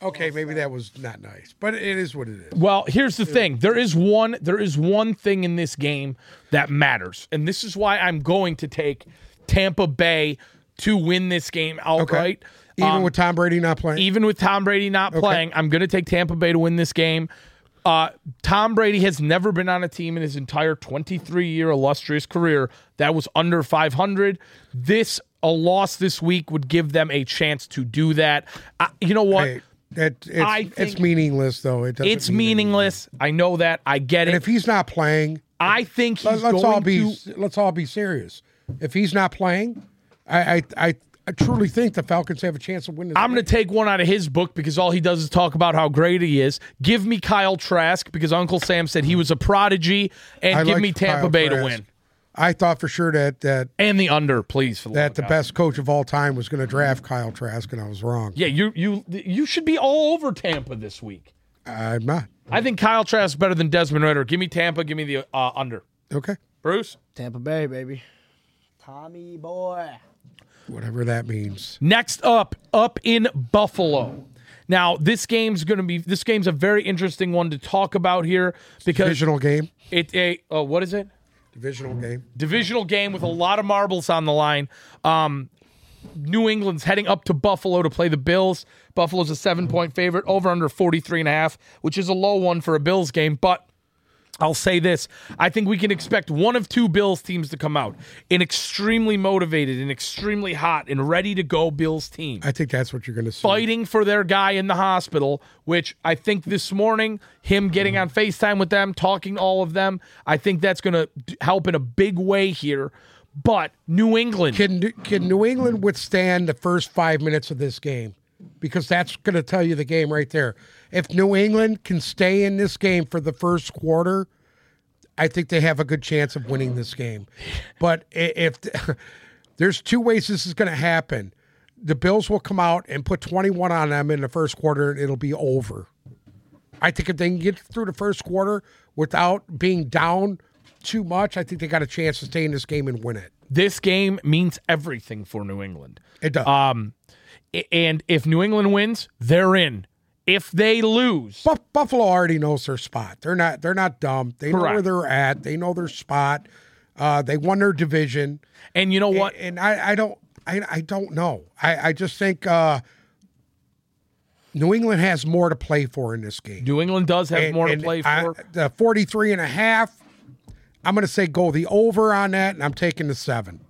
Speaker 2: Okay, maybe that was not nice, but it is what it is.
Speaker 1: Well, here's the thing. There is one there is one thing in this game that matters. And this is why I'm going to take Tampa Bay to win this game outright.
Speaker 2: Even
Speaker 1: Um,
Speaker 2: with Tom Brady not playing,
Speaker 1: even with Tom Brady not playing, I'm going to take Tampa Bay to win this game. Uh, Tom Brady has never been on a team in his entire 23 year illustrious career that was under 500. This a loss this week would give them a chance to do that. I, you know what?
Speaker 2: Hey, that it's,
Speaker 1: I think-
Speaker 2: it's meaningless though. It doesn't
Speaker 1: it's
Speaker 2: mean anything.
Speaker 1: meaningless. I know that. I get it.
Speaker 2: And if he's not playing,
Speaker 1: I think he's
Speaker 2: Uh, let's
Speaker 1: going
Speaker 2: all be
Speaker 1: to
Speaker 2: let's all be serious. If he's not playing, I I, I, I truly think the Falcons have a chance of winning.
Speaker 1: I'm going to take one out of his book because all he does is talk about how great he is. Give me Kyle Trask because Uncle Sam said he was a prodigy, and
Speaker 2: I
Speaker 1: give
Speaker 2: like
Speaker 1: me Tampa
Speaker 2: Kyle
Speaker 1: Bay to
Speaker 2: Trask.
Speaker 1: win.
Speaker 2: I thought for sure that that
Speaker 1: and the under, please. For the love
Speaker 2: that
Speaker 1: of
Speaker 2: the
Speaker 1: God.
Speaker 2: best coach of all time was going to draft Kyle Trask, and I was wrong.
Speaker 1: Yeah, you you you should be all over Tampa this week.
Speaker 2: I'm not.
Speaker 1: I think Kyle Trask is better than Desmond Ritter. Give me Tampa. Give me the uh, under.
Speaker 2: Okay,
Speaker 1: Bruce.
Speaker 3: Tampa Bay, baby. Tommy boy.
Speaker 2: whatever that means.
Speaker 1: Next up, up in Buffalo. Now this game's going to be this game's a very interesting one to talk about here because
Speaker 2: Divisional game.
Speaker 1: it a uh, what is it?
Speaker 2: Divisional game.
Speaker 1: divisional game with a lot of marbles on the line. Um, New England's heading up to Buffalo to play the Bills. Buffalo's a seven point favorite, over under 43 and a half, which is a low one for a Bills game. But I'll say this I think we can expect one of two Bills teams to come out an extremely motivated, an extremely hot, and ready to go Bills team
Speaker 2: I think that's what you're going to see.
Speaker 1: fighting for their guy in the hospital, which I think this morning, him getting on FaceTime with them, talking to all of them, I think that's going to help in a big way here. But New England,
Speaker 2: Can can New England withstand the first five minutes of this game? Because that's going to tell you the game right there. If New England can stay in this game for the first quarter, I think they have a good chance of winning this game. But i- if there's two ways this is going to happen, the Bills will come out and put 21 on them in the first quarter, and it'll be over. I think if they can get through the first quarter without being down too much, I think they got a chance to stay in this game and win it.
Speaker 1: this game means everything for New England.
Speaker 2: It does.
Speaker 1: A- And if New England wins, they're in. If they lose,
Speaker 2: Buff- Buffalo already knows their spot. They're not. They're not dumb. They know where
Speaker 1: Correct.
Speaker 2: they're at. They know their spot. Uh, they won their division,
Speaker 1: and you know what?
Speaker 2: and I, I don't. I, I don't know. I, I just think uh, New England has more to play for in this game.
Speaker 1: New England does have
Speaker 2: And-
Speaker 1: more to
Speaker 2: and
Speaker 1: play
Speaker 2: I-
Speaker 1: for.
Speaker 2: the 43 and a half, I'm going to say go the over on that, and I'm taking the seven.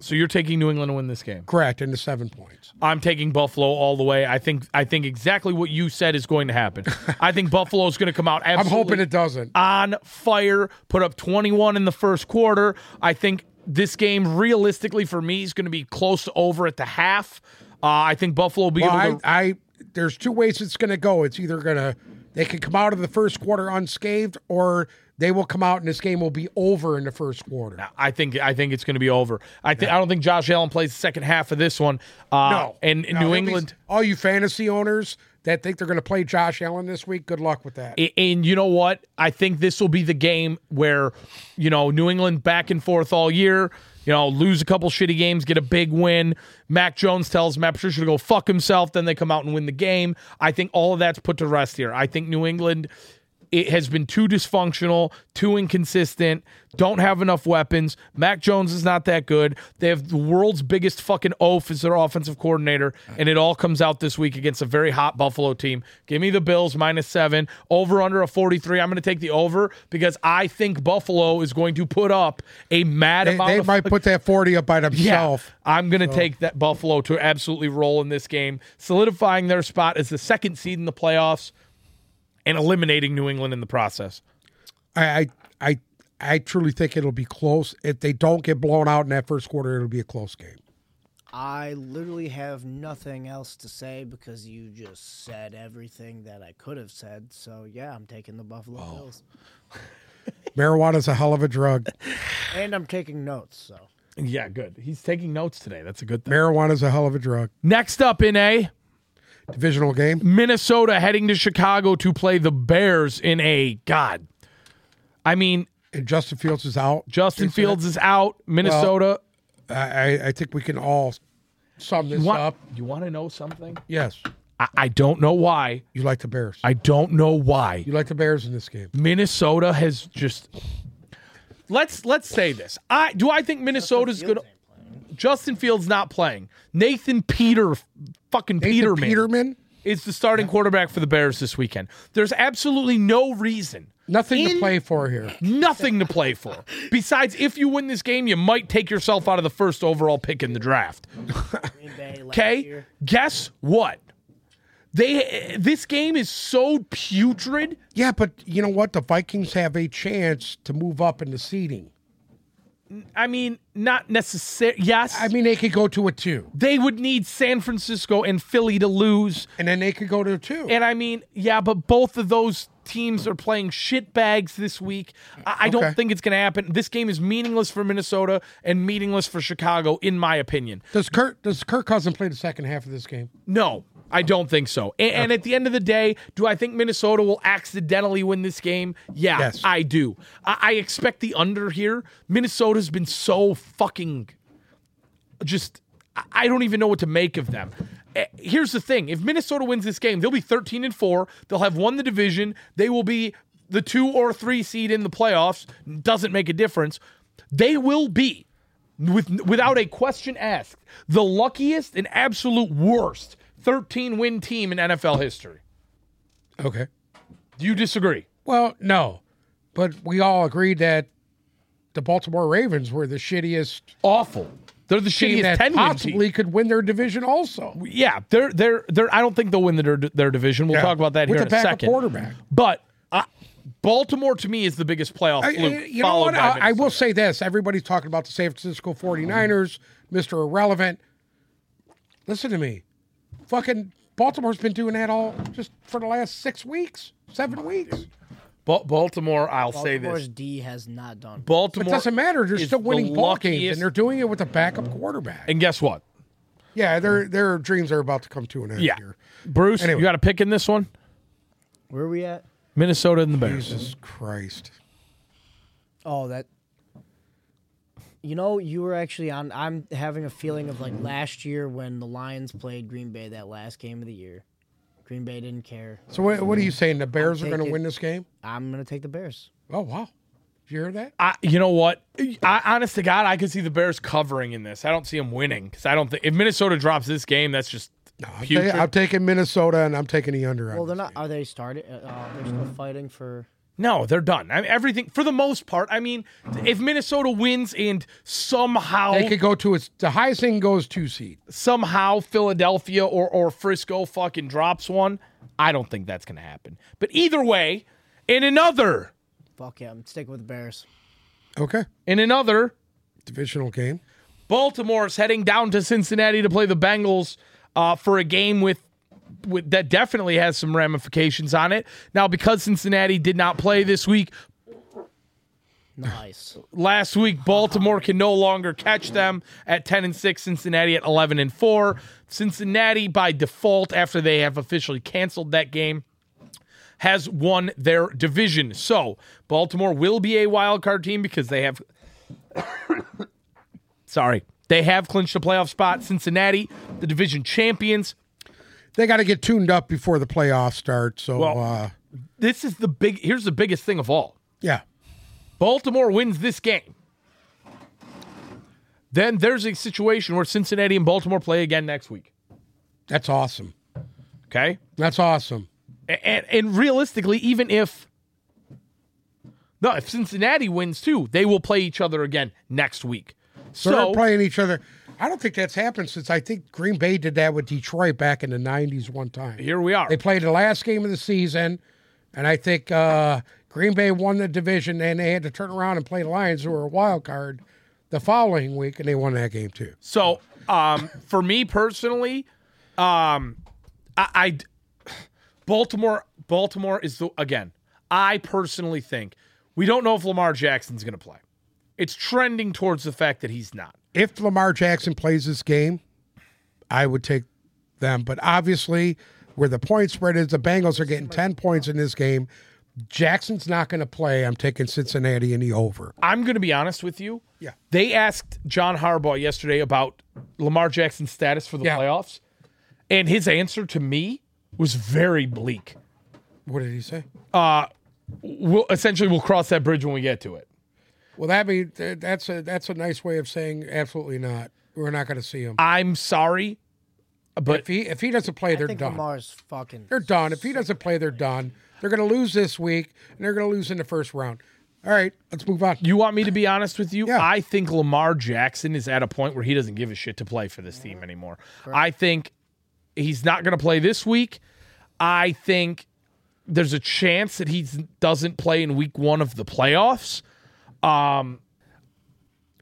Speaker 1: so you're taking New England to win this game.
Speaker 2: Correct, and the seven points.
Speaker 1: I'm taking Buffalo all the way. I think I think exactly what you said is going to happen. I think Buffalo is going to come out.
Speaker 2: I'm
Speaker 1: Absolutely
Speaker 2: hoping it doesn't.
Speaker 1: on fire, put up 21 in the first quarter. I think this game, realistically for me, is going to be close to over at the half. Uh, I think Buffalo will be
Speaker 2: Well,
Speaker 1: able to.
Speaker 2: I, I there's two ways it's going to go. It's either going to they can come out of the first quarter unscathed, or they will come out and this game will be over in the first quarter.
Speaker 1: I think I think it's going to be over. I think I don't think Josh Allen plays the second half of this one. Uh,
Speaker 2: No,
Speaker 1: and and
Speaker 2: No,
Speaker 1: New
Speaker 2: at
Speaker 1: England.
Speaker 2: least All you fantasy owners that think they're going to play Josh Allen this week, good luck with that.
Speaker 1: A- And you know what? I think this will be the game where, you know, New England back and forth all year, you know, lose a couple shitty games, get a big win. Mac Jones tells Matt Patricia to go fuck himself. Then they come out and win the game. I think all of that's put to rest here. I think New England. It has been too dysfunctional, too inconsistent, don't have enough weapons. Mac Jones is not that good. They have the world's biggest fucking oaf as their offensive coordinator, and it all comes out this week against a very hot Buffalo team. Give me the Bills minus seven, over under a 43. I'm going to take the over because I think Buffalo is going to put up a mad
Speaker 2: They,
Speaker 1: amount
Speaker 2: they
Speaker 1: of
Speaker 2: might put that 40 up by themselves.
Speaker 1: I'm going to take that Buffalo to absolutely roll in this game, solidifying their spot as the second seed in the playoffs and eliminating New England in the process.
Speaker 2: I, I, I, I truly think it'll be close. If they don't get blown out in that first quarter, it'll be a close game.
Speaker 3: I literally have nothing else to say because you just said everything that I could have said. So yeah, I'm taking the Buffalo
Speaker 1: Oh.
Speaker 3: Bills,
Speaker 2: Marijuana's a hell of a drug.
Speaker 3: and I'm taking notes. So
Speaker 1: Yeah, good. He's taking notes today. That's a good thing.
Speaker 2: Marijuana's a hell of a drug.
Speaker 1: Next up in A,
Speaker 2: Divisional game.
Speaker 1: Minnesota heading to Chicago to play the Bears in a God. I mean,
Speaker 2: And Justin Fields is out.
Speaker 1: Justin Fields is out. Minnesota.
Speaker 2: I, I- I think we can all sum this
Speaker 1: want,
Speaker 2: up.
Speaker 1: you want to know something?
Speaker 2: Yes,
Speaker 1: I, I don't know why.
Speaker 2: you like the Bears.
Speaker 1: I don't know why.
Speaker 2: you like the Bears in this game.
Speaker 1: Minnesota has just let's let's say this. I do I think Minnesota's good. Justin Fields not playing. Nathan Peter, fucking
Speaker 2: Nathan
Speaker 1: Peterman,
Speaker 2: Peterman,
Speaker 1: is the starting quarterback for the Bears this weekend. There's absolutely no reason,
Speaker 2: nothing to
Speaker 1: In-
Speaker 2: play for here.
Speaker 1: nothing to play for. Besides, if you win this game, you might take yourself out of the first overall pick in the draft.
Speaker 3: Green Bay last
Speaker 1: Okay,
Speaker 3: year.
Speaker 1: guess what? They this game is so putrid.
Speaker 2: Yeah, but you know what? The Vikings have a chance to move up in the seeding.
Speaker 1: I mean, not necessary. Yes,
Speaker 2: I mean, they could go to a two,
Speaker 1: they would need San Francisco and Philly to lose.
Speaker 2: and then they could go to a two.
Speaker 1: And I mean, yeah, but both of those teams are playing shit bags this week. I, I don't
Speaker 2: Okay.
Speaker 1: think it's going to happen. This game is meaningless for Minnesota and meaningless for Chicago, in my opinion.
Speaker 2: Does Kirk does Kirk Cousin play the second half of this game?
Speaker 1: No, I don't think so. And, and at the end of the day, do I think Minnesota will accidentally win this game? Yeah,
Speaker 2: Yes.
Speaker 1: I do. I, I expect the under here. Minnesota's been so fucking just. I- I don't even know what to make of them. Eh, Here's the thing: if Minnesota wins this game, they'll be 13 and four. They'll have won the division. They will be the two or three seed in the playoffs. Doesn't make a difference. They will be with without a question asked, the luckiest and absolute worst 13 win team in NFL history.
Speaker 2: Okay.
Speaker 1: Do you disagree?
Speaker 2: Well, no, but we all agreed that the Baltimore Ravens were the shittiest
Speaker 1: Awful. They're the
Speaker 2: team
Speaker 1: shittiest
Speaker 2: that
Speaker 1: 10 win team.
Speaker 2: possibly could win their division. Also,
Speaker 1: Yeah, they're they're they're I don't think they'll win their their division. We'll
Speaker 2: Yeah.
Speaker 1: talk about that
Speaker 2: With
Speaker 1: here
Speaker 2: a
Speaker 1: in a
Speaker 2: backup
Speaker 1: second.
Speaker 2: quarterback.
Speaker 1: But uh, Baltimore to me is the biggest playoff
Speaker 2: I- I-
Speaker 1: fluke.
Speaker 2: you know
Speaker 1: followed
Speaker 2: what?
Speaker 1: by
Speaker 2: I, I
Speaker 1: Minnesota.
Speaker 2: will say this: everybody's talking about the San Francisco 49ers, Mister Irrelevant. Listen to me, fucking Baltimore's been doing that all just for the last six weeks, seven weeks.
Speaker 1: Ba- Baltimore, I'll say
Speaker 3: Baltimore's
Speaker 1: this.
Speaker 3: D has not done.
Speaker 1: Baltimore
Speaker 2: It doesn't matter. They're
Speaker 1: is
Speaker 2: still
Speaker 1: the
Speaker 2: winning ball games,
Speaker 1: luckiest-
Speaker 2: and they're doing it with a backup quarterback.
Speaker 1: and guess what?
Speaker 2: Yeah, their their dreams are about to come to an end
Speaker 1: Yeah.
Speaker 2: here.
Speaker 1: Bruce,
Speaker 2: Anyway.
Speaker 1: you got a pick in this one?
Speaker 3: Where are we at?
Speaker 1: Minnesota and the Bears.
Speaker 2: Jesus Christ.
Speaker 3: Oh, that. You know, you were actually on. I'm having a feeling of like last year when the Lions played Green Bay that last game of the year. Green Bay didn't care.
Speaker 2: So what, what are you saying? The Bears are
Speaker 3: I'm
Speaker 2: going to
Speaker 3: taking-
Speaker 2: win this game?
Speaker 3: I'm gonna take the Bears.
Speaker 2: Oh wow! Did you hear that?
Speaker 1: I, you know what? I, honest to God, I could see the Bears covering in this. I don't see them winning because I don't think if Minnesota drops this game, that's just
Speaker 2: I'm, ta-
Speaker 1: putrid.
Speaker 2: I'm taking Minnesota and I'm taking the under. on
Speaker 3: Well, they're
Speaker 2: this.
Speaker 3: not. Are they started? Uh, uh, they're
Speaker 2: Mm-hmm.
Speaker 3: still fighting for.
Speaker 1: No, they're done. I mean, everything for the most part. I mean, if Minnesota wins and somehow
Speaker 2: They could go to its the highest thing goes two seed.
Speaker 1: somehow Philadelphia or or Frisco fucking drops one, I don't think that's gonna happen. But either way, in another,
Speaker 3: Fuck yeah, I'm sticking with the Bears.
Speaker 2: Okay,
Speaker 1: in another,
Speaker 2: divisional game.
Speaker 1: Baltimore's heading down to Cincinnati to play the Bengals uh, for a game with, with that definitely has some ramifications on it. Now, because Cincinnati did not play this week,
Speaker 3: Nice.
Speaker 1: last week Baltimore can no longer catch them at 10 and 6, Cincinnati at 11 and 4. Cincinnati by default after they have officially canceled that game has won their division. So, Baltimore will be a wild card team because they have Sorry. They have clinched a playoff spot. Cincinnati, the division champions.
Speaker 2: They got to get tuned up before the playoffs start. So
Speaker 1: Well-
Speaker 2: uh,
Speaker 1: This is the big here's the biggest thing of all.
Speaker 2: yeah,
Speaker 1: Baltimore wins this game. Then there's a situation where Cincinnati and Baltimore play again next week.
Speaker 2: that's awesome.
Speaker 1: Okay?
Speaker 2: That's awesome.
Speaker 1: A- And, and realistically, even if no, if Cincinnati wins too, they will play each other again next week.
Speaker 2: So they're
Speaker 1: So
Speaker 2: playing each other. I don't think that's happened since I think Green Bay did that with Detroit back in the '90s one time.
Speaker 1: here we are.
Speaker 2: They played the last game of the season, and I think uh, Green Bay won the division, and they had to turn around and play the Lions, who were a wild card, the following week, and they won that game too.
Speaker 1: So, um, for me personally, um, I, I- Baltimore, Baltimore is the again. I personally think we don't know if Lamar Jackson's going to play. It's trending towards the fact that he's not.
Speaker 2: If Lamar Jackson plays this game, I would take them. But obviously, where the point spread is, the Bengals are getting 10 points in this game. Jackson's not going to play. I'm taking Cincinnati in the over.
Speaker 1: I'm going to be honest with you.
Speaker 2: Yeah.
Speaker 1: They asked John Harbaugh yesterday about Lamar Jackson's status for the
Speaker 2: Yeah.
Speaker 1: playoffs, and his answer to me was very bleak.
Speaker 2: What did he say?
Speaker 1: We'll essentially we'll cross that bridge when we get to it.
Speaker 2: Well, that means that's a that's a nice way of saying absolutely not. We're not going to see him.
Speaker 1: I'm sorry, but
Speaker 2: If he if he doesn't play,
Speaker 3: I
Speaker 2: they're
Speaker 3: think
Speaker 2: done.
Speaker 3: Lamar's fucking.
Speaker 2: They're done. If he doesn't play, they're done. They're going to lose this week, and they're going to lose in the first round. All right, let's move on.
Speaker 1: You want me to be honest with you?
Speaker 2: Yeah.
Speaker 1: I think Lamar Jackson is at a point where he doesn't give a shit to play for this team anymore. I think he's not going to play this week. I think there's a chance that he doesn't play in week one of the playoffs. Um,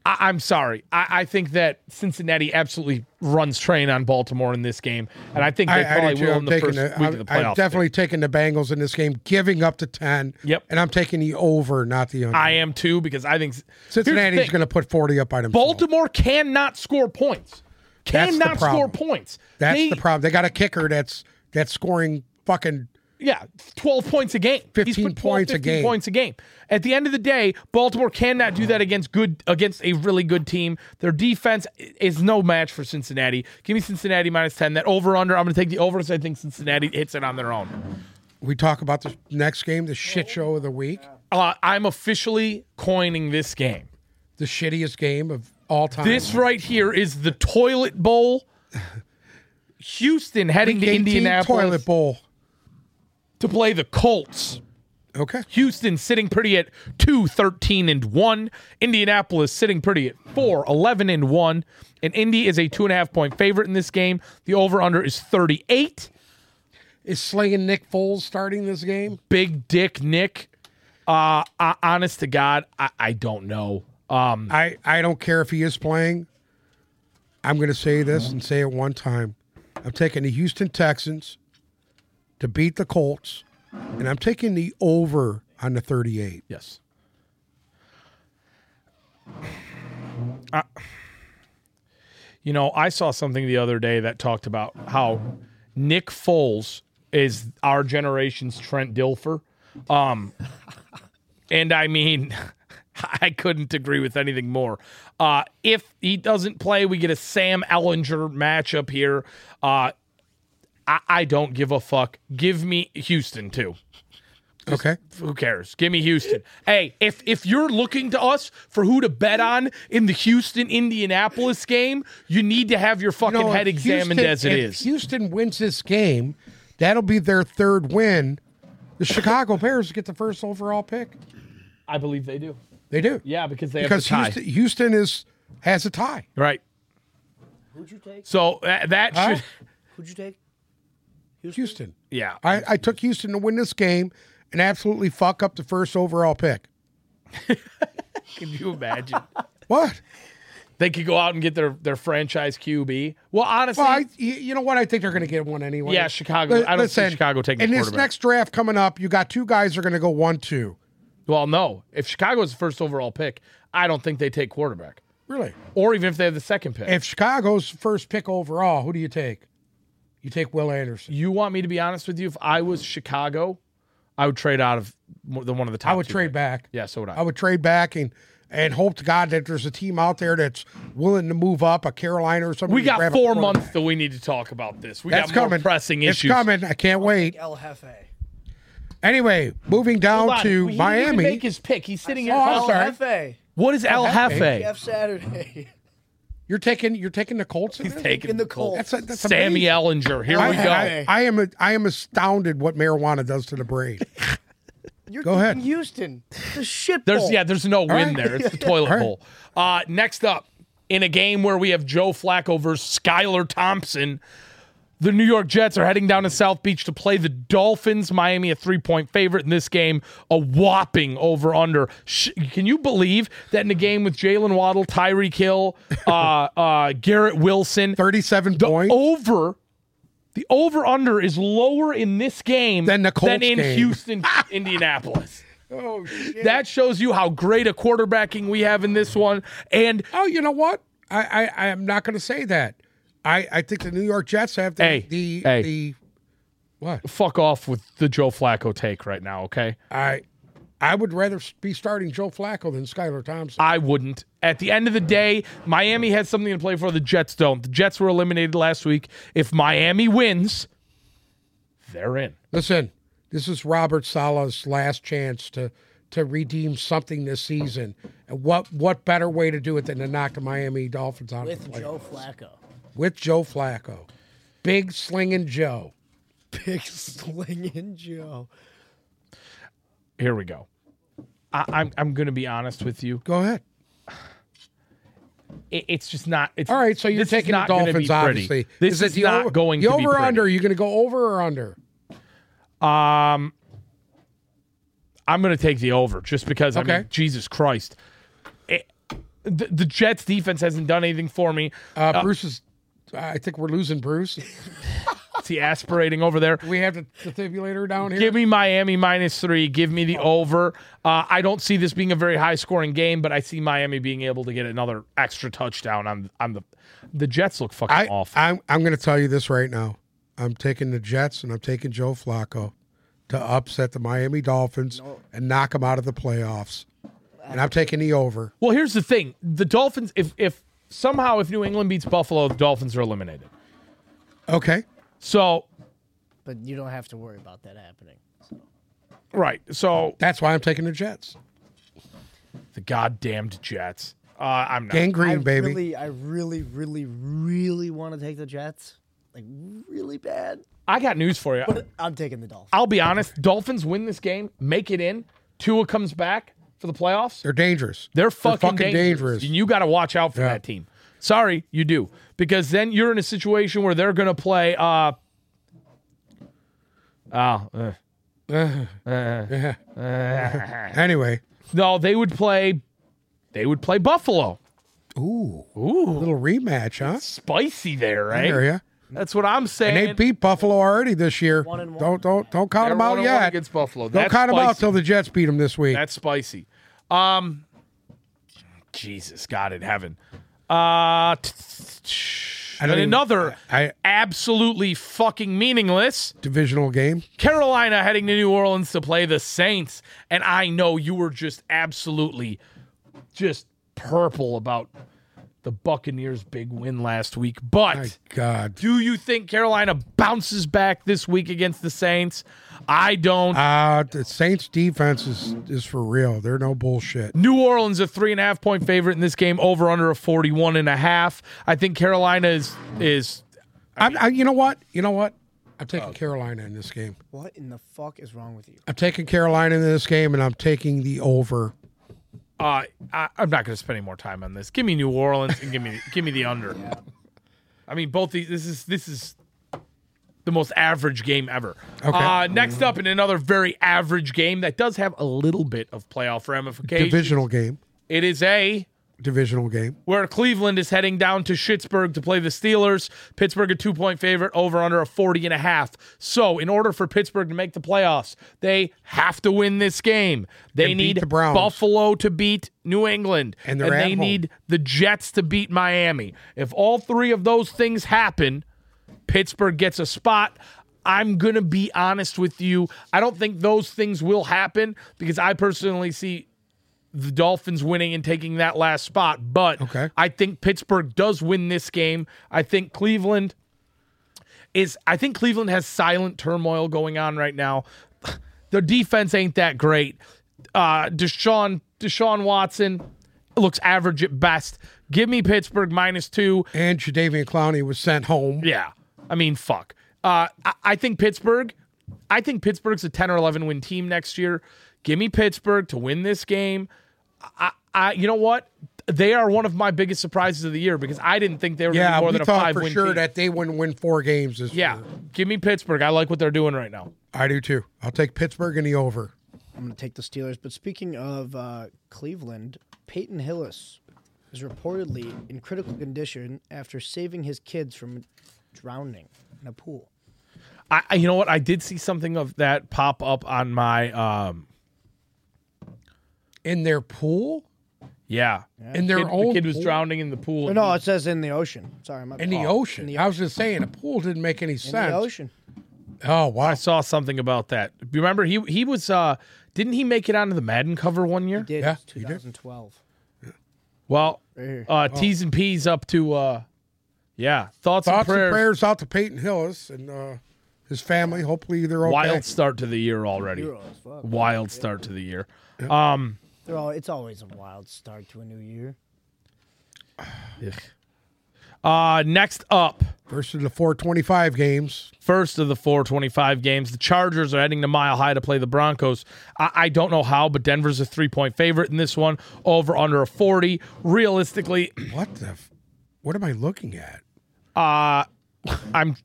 Speaker 1: I, I'm sorry. I, I think that Cincinnati absolutely runs train on Baltimore in this game, and I think they
Speaker 2: I, I
Speaker 1: probably
Speaker 2: do too.
Speaker 1: will
Speaker 2: I'm
Speaker 1: in the
Speaker 2: taking
Speaker 1: first
Speaker 2: the,
Speaker 1: week
Speaker 2: I'm,
Speaker 1: of the
Speaker 2: I'm
Speaker 1: playoffs.
Speaker 2: definitely taking the Bengals in this game, giving up the ten.
Speaker 1: Yep.
Speaker 2: And I'm taking the over, not the under.
Speaker 1: I am too because I think here's the
Speaker 2: Cincinnati's
Speaker 1: thing.
Speaker 2: going to put forty up on them.
Speaker 1: Baltimore cannot score points.
Speaker 2: That's the
Speaker 1: Cannot score
Speaker 2: problem.
Speaker 1: points.
Speaker 2: That's
Speaker 1: They-
Speaker 2: the problem. They got a kicker that's that's scoring fucking.
Speaker 1: Yeah, 12 points a game.
Speaker 2: 15 points a
Speaker 1: 15
Speaker 2: game.
Speaker 1: points a game. At the end of the day, Baltimore cannot do that against good against a really good team. Their defense i- is no match for Cincinnati. Give me Cincinnati minus 10. That over under, I'm going to take the over so I think Cincinnati hits it on their own.
Speaker 2: We talk about the next game, the shit show of the week,
Speaker 1: Uh, I'm officially coining this game.
Speaker 2: the shittiest game of all time.
Speaker 1: This right here is the toilet bowl. Houston heading to
Speaker 2: 18
Speaker 1: Indianapolis
Speaker 2: toilet bowl.
Speaker 1: to play the Colts.
Speaker 2: Okay.
Speaker 1: Houston sitting pretty at 2 13 and 1. Indianapolis sitting pretty at 4 11 and 1. And Indy is a two and a half point favorite in this game. The over under is 38.
Speaker 2: Is slinging Nick Foles starting this game?
Speaker 1: Big dick Nick. Uh, uh, honest to God, I, I don't know. Um,
Speaker 2: I, I don't care if he is playing. I'm going to say this and say it one time. I'm taking the Houston Texans to beat the Colts, and I'm taking the over on the 38.
Speaker 1: yes. You know, I saw something the other day that talked about how Nick Foles is our generation's Trent Dilfer. Um, and I mean, I couldn't agree with anything more. Uh, if he doesn't play, we get a Sam Ellinger matchup here. Uh, I, I don't give a fuck. Give me Houston, too.
Speaker 2: Okay.
Speaker 1: who cares? Give me Houston. Hey, if if you're looking to us for who to bet on in the Houston Indianapolis game, you need to have your fucking
Speaker 2: No,
Speaker 1: head
Speaker 2: if
Speaker 1: examined
Speaker 2: Houston-
Speaker 1: as it
Speaker 2: if
Speaker 1: is.
Speaker 2: Houston wins this game, that'll be their third win. The Chicago Bears get the first overall pick.
Speaker 1: I believe they do.
Speaker 2: They do.
Speaker 1: Yeah, because they
Speaker 2: Because
Speaker 1: have the tie.
Speaker 2: Houston, Houston is has a tie.
Speaker 1: Right.
Speaker 3: Who'd you take?
Speaker 1: So that, that
Speaker 2: Huh?
Speaker 1: should.
Speaker 3: Who'd you take?
Speaker 2: Houston.
Speaker 1: Yeah.
Speaker 2: I, I took Houston to win this game and absolutely fuck up the first overall pick.
Speaker 1: Can you imagine?
Speaker 2: What?
Speaker 1: they could go out and get their their franchise QB. Well, honestly,
Speaker 2: Well, I, you you know what? I think they're going to get one anyway.
Speaker 1: Yeah, Chicago- I don't see Chicago taking a
Speaker 2: In this
Speaker 1: quarterback.
Speaker 2: next draft coming up, you got two guys that are going to go one two.
Speaker 1: well, no. If Chicago's the first overall pick, I don't think they take quarterback,
Speaker 2: Really?
Speaker 1: or even if they have the second pick.
Speaker 2: If Chicago's first pick overall, who do you take? You take Will Anderson.
Speaker 1: you want me to be honest with you, if I was Chicago, I would trade out of mo- the one of the top.
Speaker 2: I would
Speaker 1: two
Speaker 2: trade
Speaker 1: picks.
Speaker 2: back.
Speaker 1: Yeah, so would I.
Speaker 2: I would trade back and and hope to God that there's a team out there that's willing to move up, a Carolina or something.
Speaker 1: we
Speaker 2: to
Speaker 1: got
Speaker 2: grab a
Speaker 1: four
Speaker 2: quarterback.
Speaker 1: months that we need to talk about this. We
Speaker 2: That's
Speaker 1: got more
Speaker 2: coming.
Speaker 1: pressing issues.
Speaker 2: It's coming. I can't wait.
Speaker 3: El
Speaker 2: Oh,
Speaker 3: Jefe.
Speaker 2: Anyway, moving down
Speaker 1: Hold on.
Speaker 2: to
Speaker 1: He didn't even
Speaker 2: Miami.
Speaker 1: make his pick. He's sitting here.
Speaker 2: Oh, I'm
Speaker 1: talking-
Speaker 2: sorry.
Speaker 3: Jefe.
Speaker 1: What is El Jefe?
Speaker 3: Jeff Saturday.
Speaker 2: You're taking you're taking the Colts. in
Speaker 1: He's
Speaker 2: this?
Speaker 1: taking
Speaker 3: In the cold.
Speaker 2: That's a, that's
Speaker 1: Sammy
Speaker 2: amazing.
Speaker 1: Ellinger. Here we
Speaker 2: I,
Speaker 1: go.
Speaker 2: I, I am a, I am astounded what marijuana does to the brain.
Speaker 3: You're
Speaker 2: Go ahead.
Speaker 3: taking Houston. The shit
Speaker 1: There's
Speaker 3: bowl.
Speaker 1: yeah, there's no win
Speaker 2: right.
Speaker 1: there. It's the toilet
Speaker 2: All right.
Speaker 1: bowl. Uh, next up, in a game where we have Joe Flacco versus Skylar Thompson, the New York Jets are heading down to South Beach to play the Dolphins. Miami, a three point favorite in this game, a whopping over under. Sh- can you believe that in a game with Jalen Waddle, Tyreek Hill, uh, uh, Garrett Wilson,
Speaker 2: Thirty-seven points.
Speaker 1: over. The over under is lower in this game
Speaker 2: Than the Colts
Speaker 1: in
Speaker 2: game.
Speaker 1: Houston, Indianapolis.
Speaker 2: Oh, shit.
Speaker 1: That shows you how great a quarterbacking we have in this one. And
Speaker 2: oh, you know what? I I, I am not going to say that. I, I think the New York Jets have the
Speaker 1: Hey,
Speaker 2: the,
Speaker 1: hey.
Speaker 2: the what
Speaker 1: fuck off with the Joe Flacco take right now, okay?
Speaker 2: I I would rather be starting Joe Flacco than Skylar Thompson.
Speaker 1: I wouldn't. At the end of the day, Miami has something to play for. The Jets don't. The Jets were eliminated last week. If Miami wins, they're in.
Speaker 2: Listen, this is Robert Sala's last chance to to redeem something this season. And what what better way to do it than to knock the Miami Dolphins out of the
Speaker 3: With
Speaker 2: play
Speaker 3: Joe Flacco.
Speaker 2: with Joe Flacco, big slinging Joe.
Speaker 3: Big slinging Joe.
Speaker 1: Here we go. I, I'm I'm gonna be honest with you.
Speaker 2: Go ahead.
Speaker 1: It, it's just not. It's,
Speaker 2: All right, so you're
Speaker 1: this is
Speaker 2: taking the
Speaker 1: not gonna be
Speaker 2: Dolphins,
Speaker 1: pretty.
Speaker 2: obviously.
Speaker 1: This is,
Speaker 2: the
Speaker 1: not
Speaker 2: over,
Speaker 1: going
Speaker 2: the
Speaker 1: to be
Speaker 2: over
Speaker 1: pretty.
Speaker 2: under? Are you going to go over or under?
Speaker 1: Um, I'm going to take the over just because. I
Speaker 2: Okay.
Speaker 1: mean, Jesus Christ, It- Eh, the, the Jets defense hasn't done anything for me.
Speaker 2: Uh, Bruce is. I think we're losing Bruce.
Speaker 1: It's the aspirating over there.
Speaker 2: We have the defibrillator down here.
Speaker 1: Give me Miami minus three. Give me the over. Uh, I don't see this being a very high scoring game, but I see Miami being able to get another extra touchdown. On on the the Jets look fucking
Speaker 2: I,
Speaker 1: awful.
Speaker 2: I'm I'm going to tell you this right now. I'm taking the Jets and I'm taking Joe Flacco to upset the Miami Dolphins and knock them out of the playoffs. And I'm taking the over.
Speaker 1: Well, here's the thing: the Dolphins. If if somehow if New England beats Buffalo, the Dolphins are eliminated.
Speaker 2: Okay.
Speaker 1: So
Speaker 3: But you don't have to worry about that happening.
Speaker 1: right. So
Speaker 2: That's why I'm taking the Jets.
Speaker 1: the goddamned Jets. Uh, I'm not.
Speaker 2: Gang green,
Speaker 3: I
Speaker 2: baby.
Speaker 3: really, I really, really, really want to take the Jets, like really bad.
Speaker 1: I got news for you.
Speaker 3: I'm taking the Dolphins.
Speaker 1: I'll be honest. Dolphins win this game, make it in. Tua comes back for the playoffs.
Speaker 2: They're dangerous.
Speaker 1: They're fucking,
Speaker 2: fucking
Speaker 1: dangerous.
Speaker 2: dangerous.
Speaker 1: And you got to watch out for
Speaker 2: Yeah.
Speaker 1: that team. Sorry, you do. Because then you're in a situation where they're going to play. Uh, oh, uh,
Speaker 2: Anyway,
Speaker 1: no, they would play. They would play Buffalo.
Speaker 2: ooh,
Speaker 1: Ooh,
Speaker 2: little rematch, huh?
Speaker 1: spicy there, right?
Speaker 2: Area.
Speaker 1: That's what I'm saying.
Speaker 2: And they beat Buffalo already this year.
Speaker 3: One and one.
Speaker 2: Don't don't don't count
Speaker 1: They're
Speaker 2: them out
Speaker 1: one and one
Speaker 2: yet.
Speaker 1: against Buffalo.
Speaker 2: Don't
Speaker 1: That's
Speaker 2: count them out
Speaker 1: spicy.
Speaker 2: till the Jets beat them this week.
Speaker 1: That's spicy. Um, Jesus, God in heaven. Uh, t- t- t-
Speaker 2: I don't
Speaker 1: and
Speaker 2: even-
Speaker 1: another
Speaker 2: I
Speaker 1: absolutely fucking meaningless
Speaker 2: divisional game.
Speaker 1: Carolina heading to New Orleans to play the Saints. And I know you were just absolutely just purple about the Buccaneers' big win last week. But
Speaker 2: My God,
Speaker 1: do you think Carolina bounces back this week against the Saints? I don't.
Speaker 2: uh, the Saints defense is is for real. They're no bullshit.
Speaker 1: New Orleans a three and a half point favorite in this game, over under a 41 and a half. I think Carolina is is
Speaker 2: I, I, you know what? You know what? I'm
Speaker 1: Oh.
Speaker 2: taking Carolina in this game.
Speaker 3: What in the fuck is wrong with you?
Speaker 2: I'm taking Carolina in this game, and I'm taking the over.
Speaker 1: uh I, I'm not gonna spend any more time on this. Give me New Orleans and give me give me the under. I mean both these this is this is the most average game ever.
Speaker 2: Okay.
Speaker 1: Uh, next up in another very average game that does have a little bit of playoff ramifications.
Speaker 2: Divisional game.
Speaker 1: It is a
Speaker 2: Divisional game.
Speaker 1: where Cleveland is heading down to Pittsburgh to play the Steelers. Pittsburgh a two point favorite over under a 40 and a half. So in order for Pittsburgh to make the playoffs, they have to win this game. They
Speaker 2: And beat
Speaker 1: need
Speaker 2: the Browns.
Speaker 1: Buffalo to beat New England.
Speaker 2: And they're at
Speaker 1: they
Speaker 2: home.
Speaker 1: need the Jets to beat Miami. If all three of those things happen, Pittsburgh gets a spot. I'm going to be honest with you. I don't think those things will happen because I personally see the Dolphins winning and taking that last spot. But
Speaker 2: Okay.
Speaker 1: I think Pittsburgh does win this game. I think Cleveland is I think Cleveland has silent turmoil going on right now. Their defense ain't that great. Uh Deshaun Deshaun Watson looks average at best. Give me Pittsburgh minus 2.
Speaker 2: And Jadavian Clowney was sent home.
Speaker 1: Yeah. I mean, fuck. Uh, I, I think Pittsburgh, I think Pittsburgh's a 10 or 11 win team next year. Give me Pittsburgh to win this game. I, I, you know what? They are one of my biggest surprises of the year because I didn't think they were gonna
Speaker 2: Yeah,
Speaker 1: be more
Speaker 2: we
Speaker 1: than a
Speaker 2: thought
Speaker 1: five
Speaker 2: for
Speaker 1: win
Speaker 2: sure
Speaker 1: team.
Speaker 2: that they wouldn't win four games this
Speaker 1: yeah.
Speaker 2: year.
Speaker 1: Give me Pittsburgh. I like what they're doing right now.
Speaker 2: I do too. I'll take Pittsburgh in the over.
Speaker 3: I'm going to take the Steelers. But speaking of uh, Cleveland, Peyton Hillis is reportedly in critical condition after saving his kids from drowning in a pool.
Speaker 1: I, I- you know what? I did see something of that pop up on my, um,
Speaker 2: In their pool?
Speaker 1: yeah.
Speaker 2: In their
Speaker 1: Kid-
Speaker 2: own
Speaker 1: the kid was
Speaker 2: pool?
Speaker 1: drowning in the pool.
Speaker 3: But Oh, no, it says in the ocean. Sorry, my
Speaker 2: In the
Speaker 3: fault.
Speaker 2: ocean.
Speaker 3: In the,
Speaker 2: I was just saying, a pool didn't make any
Speaker 3: in the
Speaker 2: sense.
Speaker 3: ocean.
Speaker 2: Oh, wow.
Speaker 1: I saw something about that. You remember he he was uh didn't he make it onto the Madden cover one year?
Speaker 3: Did
Speaker 2: Yeah,
Speaker 3: it's
Speaker 2: you did.
Speaker 3: 2012.
Speaker 1: Well,
Speaker 3: Right here.
Speaker 1: uh, T's and P's up to, uh, yeah, thoughts,
Speaker 2: Thoughts
Speaker 1: and prayers.
Speaker 2: and prayers out to Peyton Hillis and uh, his family. Hopefully they're okay.
Speaker 1: Wild start to the year already.
Speaker 3: You're all as fuck.
Speaker 1: Wild start to the year.
Speaker 3: They're all, it's always a wild start to a new year.
Speaker 1: Uh, next up,
Speaker 2: Versus the 425 games.
Speaker 1: first of the 425 games, the Chargers are heading to Mile High to play the Broncos. I, I don't know how, but Denver's a three point favorite in this one, over under a 40. Realistically,
Speaker 2: What the? F- what am I looking at?
Speaker 1: Uh I'm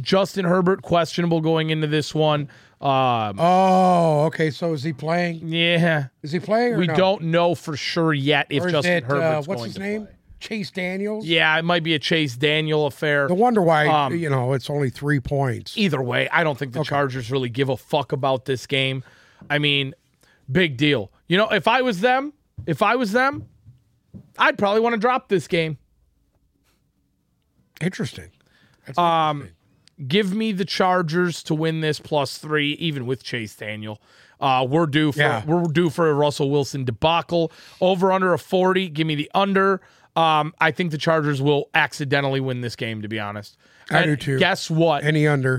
Speaker 1: Justin Herbert questionable going into this one. Um,
Speaker 2: Oh, okay. So is he playing?
Speaker 1: yeah,
Speaker 2: Is he playing? Or
Speaker 1: we
Speaker 2: no?
Speaker 1: don't know for sure yet if
Speaker 2: Or is
Speaker 1: Justin
Speaker 2: it, uh,
Speaker 1: Herbert's
Speaker 2: what's
Speaker 1: going
Speaker 2: his
Speaker 1: to
Speaker 2: name?
Speaker 1: play.
Speaker 2: Chase Daniels.
Speaker 1: Yeah, it might be a Chase Daniel affair.
Speaker 2: No wonder why
Speaker 1: Um,
Speaker 2: you know it's only three points.
Speaker 1: Either way, I don't think the Chargers really give a fuck about this game. I mean, big deal. You know, if I was them, if I was them, I'd probably want to drop this game.
Speaker 2: Interesting. That's
Speaker 1: Um, give me the Chargers to win this plus three, even with Chase Daniel. Uh, we're due for
Speaker 2: Yeah.
Speaker 1: we're due for a Russell Wilson debacle. Over under a forty. Give me the under. Um, I think the Chargers will accidentally win this game. To be honest,
Speaker 2: I
Speaker 1: And
Speaker 2: do too.
Speaker 1: Guess what?
Speaker 2: any under.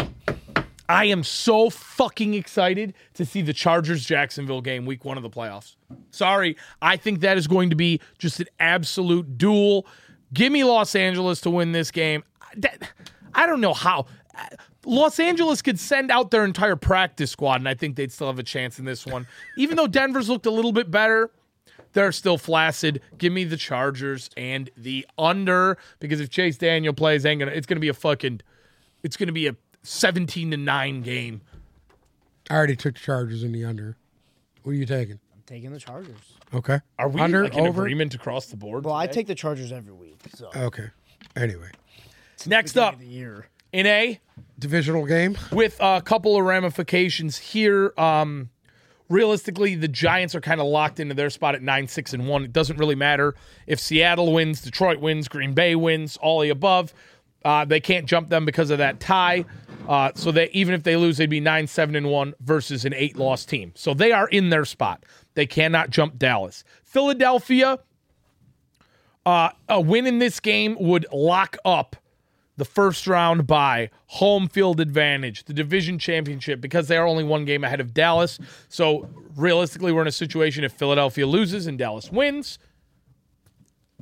Speaker 1: I am so fucking excited to see the Chargers Jacksonville game week one of the playoffs. Sorry, I think that is going to be just an absolute duel. Give me Los Angeles to win this game. That- I don't know how. Los Angeles could send out their entire practice squad, and I think they'd still have a chance in this one. Even though Denver's looked a little bit better, they're still flaccid. Give me the Chargers and the under because if Chase Daniel plays, ain't gonna, it's going to be a fucking it's going to be a 17 to 9 game.
Speaker 2: I already took the Chargers in the under. What are you taking?
Speaker 3: I'm taking the Chargers.
Speaker 2: Okay.
Speaker 1: Are we
Speaker 2: under
Speaker 1: like in
Speaker 2: over?
Speaker 1: agreement across the board?
Speaker 3: Well, I take the Chargers every week. So
Speaker 2: Okay. Anyway,
Speaker 1: Next up,
Speaker 3: the year.
Speaker 1: in A,
Speaker 2: divisional game.
Speaker 1: with a couple of ramifications here. Um, realistically, the Giants are kind of locked into their spot at nine, six, and one. It doesn't really matter if Seattle wins, Detroit wins, Green Bay wins, all the above. Uh, they can't jump them because of that tie. Uh, so that even if they lose, they'd be nine, seven, and one versus an eight loss team. So they are in their spot. They cannot jump Dallas. Philadelphia, uh, a win in this game would lock up the first round by home field advantage, the division championship, because they are only one game ahead of Dallas. So realistically, we're in a situation if Philadelphia loses and Dallas wins,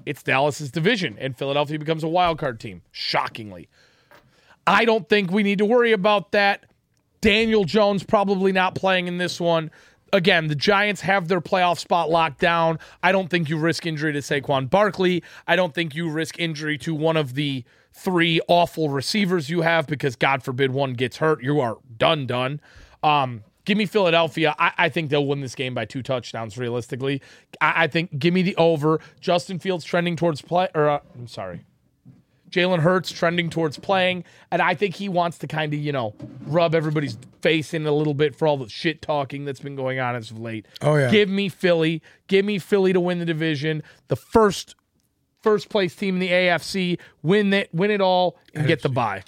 Speaker 1: it's Dallas's division, and Philadelphia becomes a wild card team. Shockingly, I don't think we need to worry about that. Daniel Jones probably not playing in this one. Again, the Giants have their playoff spot locked down. I don't think you risk injury to Saquon Barkley. I don't think you risk injury to one of the three awful receivers you have because God forbid one gets hurt, you are done done. Um, give me Philadelphia. I, I think they'll win this game by two touchdowns. Realistically, I, I think give me the over. Justin Fields trending towards play, or uh, I'm sorry, Jalen Hurts trending towards playing, and I think he wants to kind of, you know, rub everybody's face in a little bit for all the shit talking that's been going on as of late.
Speaker 2: Oh, yeah.
Speaker 1: Give me Philly. Give me Philly to win the division. The first first place team in the AFC win it win it all and get the bye.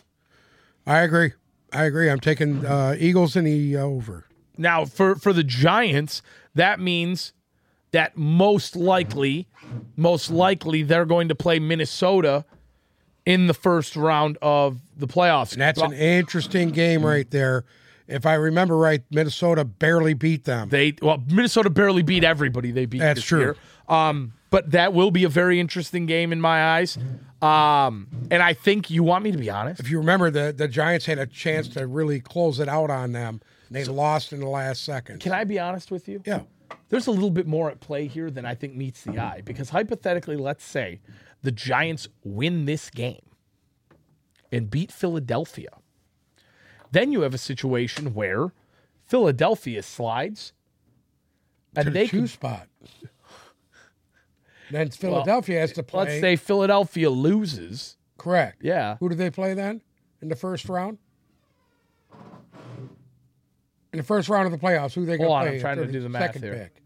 Speaker 2: I agree. I agree. I'm taking uh, Eagles in the over.
Speaker 1: Now, for for the Giants, that means that most likely, most likely they're going to play Minnesota in the first round of the playoffs.
Speaker 2: And that's an interesting game right there. If I remember right, Minnesota barely beat them.
Speaker 1: They well, Minnesota barely beat everybody. They beat
Speaker 2: That's
Speaker 1: this
Speaker 2: true.
Speaker 1: year. Um, but that will be a very interesting game in my eyes. Um, and I think you want me to be honest.
Speaker 2: if you remember, the, the Giants had a chance to really close it out on them. And they lost in the last second.
Speaker 1: Can I be honest with you?
Speaker 2: yeah.
Speaker 1: There's a little bit more at play here than I think meets the eye because hypothetically, let's say the Giants win this game and beat Philadelphia. Then you have a situation where Philadelphia slides and
Speaker 2: They
Speaker 1: they
Speaker 2: two
Speaker 1: can
Speaker 2: spot. Then Philadelphia has to play.
Speaker 1: let's say Philadelphia loses.
Speaker 2: correct.
Speaker 1: Yeah.
Speaker 2: Who do they play then in the first round? In the first round of the playoffs, who they going
Speaker 1: Hold on,
Speaker 2: play?
Speaker 1: I'm trying to
Speaker 2: after
Speaker 1: do the math
Speaker 2: second
Speaker 1: here.
Speaker 2: Pick.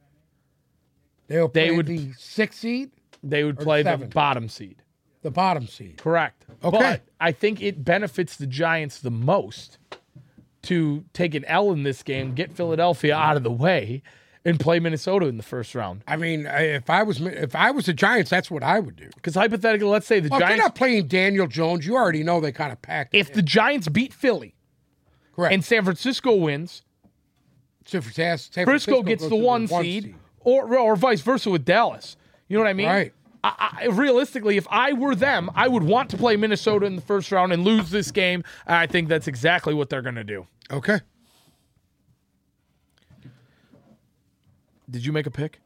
Speaker 2: They'll
Speaker 1: They
Speaker 2: play
Speaker 1: would-
Speaker 2: the sixth seed,
Speaker 1: They would play the
Speaker 2: seven.
Speaker 1: bottom seed.
Speaker 2: the bottom seed.
Speaker 1: Correct.
Speaker 2: Okay.
Speaker 1: But I think it benefits the Giants the most to take an L in this game, get Philadelphia out of the way, and play Minnesota in the first round.
Speaker 2: I mean, I- if I was if I was the Giants, that's what I would do.
Speaker 1: Because hypothetically, let's say the
Speaker 2: Well, if you're
Speaker 1: Giants,
Speaker 2: not playing Daniel Jones, you already know they kind of packed. it
Speaker 1: if the Giants beat Philly
Speaker 2: in. correct,
Speaker 1: and San Francisco wins,
Speaker 2: so for San- San
Speaker 1: Frisco
Speaker 2: Francisco
Speaker 1: gets
Speaker 2: goes
Speaker 1: the
Speaker 2: to
Speaker 1: one, seed, or or vice versa with Dallas. You know what I mean?
Speaker 2: Right.
Speaker 1: I, I, realistically, if I were them, I would want to play Minnesota in the first round and lose this game. And I think that's exactly what they're going to do.
Speaker 2: Okay,
Speaker 1: Did you make a pick?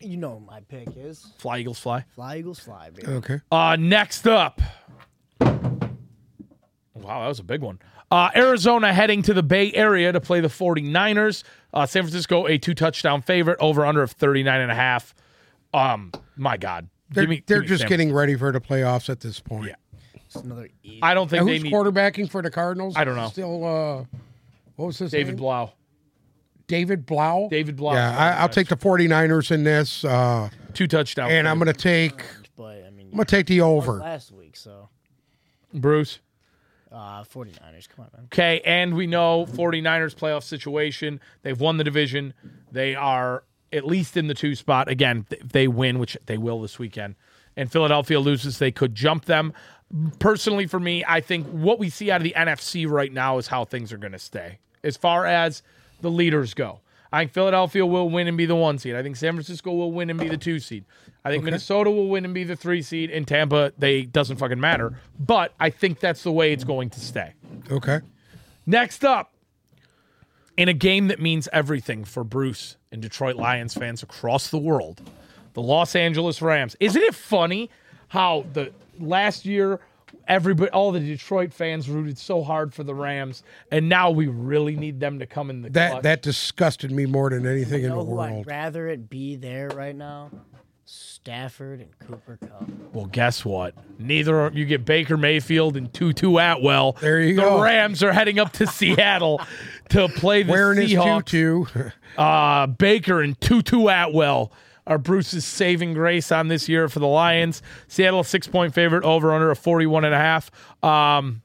Speaker 3: You know who my pick is
Speaker 1: Fly Eagles fly.
Speaker 3: Fly Eagles Fly.
Speaker 2: Uh,
Speaker 3: Baby.
Speaker 2: okay.
Speaker 1: Uh, next up. Wow, that was a big one. Uh, Arizona heading to the Bay Area to play the 49ers. Uh, San Francisco, a two touchdown favorite, over under of 39 and a half. Um, my God.
Speaker 2: They're,
Speaker 1: Give me-
Speaker 2: they're
Speaker 1: give me
Speaker 2: just
Speaker 1: San-
Speaker 2: getting ready for the playoffs at this point.
Speaker 3: It's another E.
Speaker 1: I don't think
Speaker 2: And
Speaker 1: they
Speaker 2: who's
Speaker 1: need
Speaker 2: quarterbacking for the Cardinals?
Speaker 1: I don't know.
Speaker 2: Still, uh, what was his
Speaker 1: David
Speaker 2: name?
Speaker 1: Blau.
Speaker 2: David Blau.
Speaker 1: David Blau.
Speaker 2: Yeah, I, I'll take the 49ers in this, uh,
Speaker 1: two touchdowns.
Speaker 2: and I'm going to take I'm
Speaker 3: But I mean,
Speaker 2: going to take the over.
Speaker 3: last week, so
Speaker 1: Bruce.
Speaker 3: uh, 49ers. Come on, man.
Speaker 1: Okay, and we know 49ers playoff situation. They've won the division. They are at least in the two spot. Again, th- if they win, which they will this weekend, and Philadelphia loses, they could jump them. Personally, for me, I think what we see out of the NFC right now is how things are going to stay as far as the leaders go. I think Philadelphia will win and be the one seed. I think San Francisco will win and be the two seed. I think Minnesota will win and be the three seed. And Tampa, they doesn't fucking matter. But I think that's the way it's going to stay.
Speaker 2: Okay.
Speaker 1: Next up, in a game that means everything for Bruce and Detroit Lions fans across the world, the Los Angeles Rams. Isn't it funny how the last year everybody all the Detroit fans rooted so hard for the Rams and now we really need them to come in the
Speaker 2: That
Speaker 1: clutch?
Speaker 2: that disgusted me more than anything in
Speaker 3: You
Speaker 2: the
Speaker 3: know who I'd
Speaker 2: world.
Speaker 3: rather it be there right now? Stafford and Cooper Cup.
Speaker 1: Well, guess what? Neither are, you get Baker Mayfield and Tutu Atwell.
Speaker 2: There you
Speaker 1: the
Speaker 2: go.
Speaker 1: Rams are heading up to Seattle to play the
Speaker 2: Wearing his
Speaker 1: Seahawks.
Speaker 2: tutu.
Speaker 1: Uh, Baker and Tutu Atwell are Bruce's saving grace on this year for the Lions. Seattle, six point favorite, over under a 41 and a half. Um,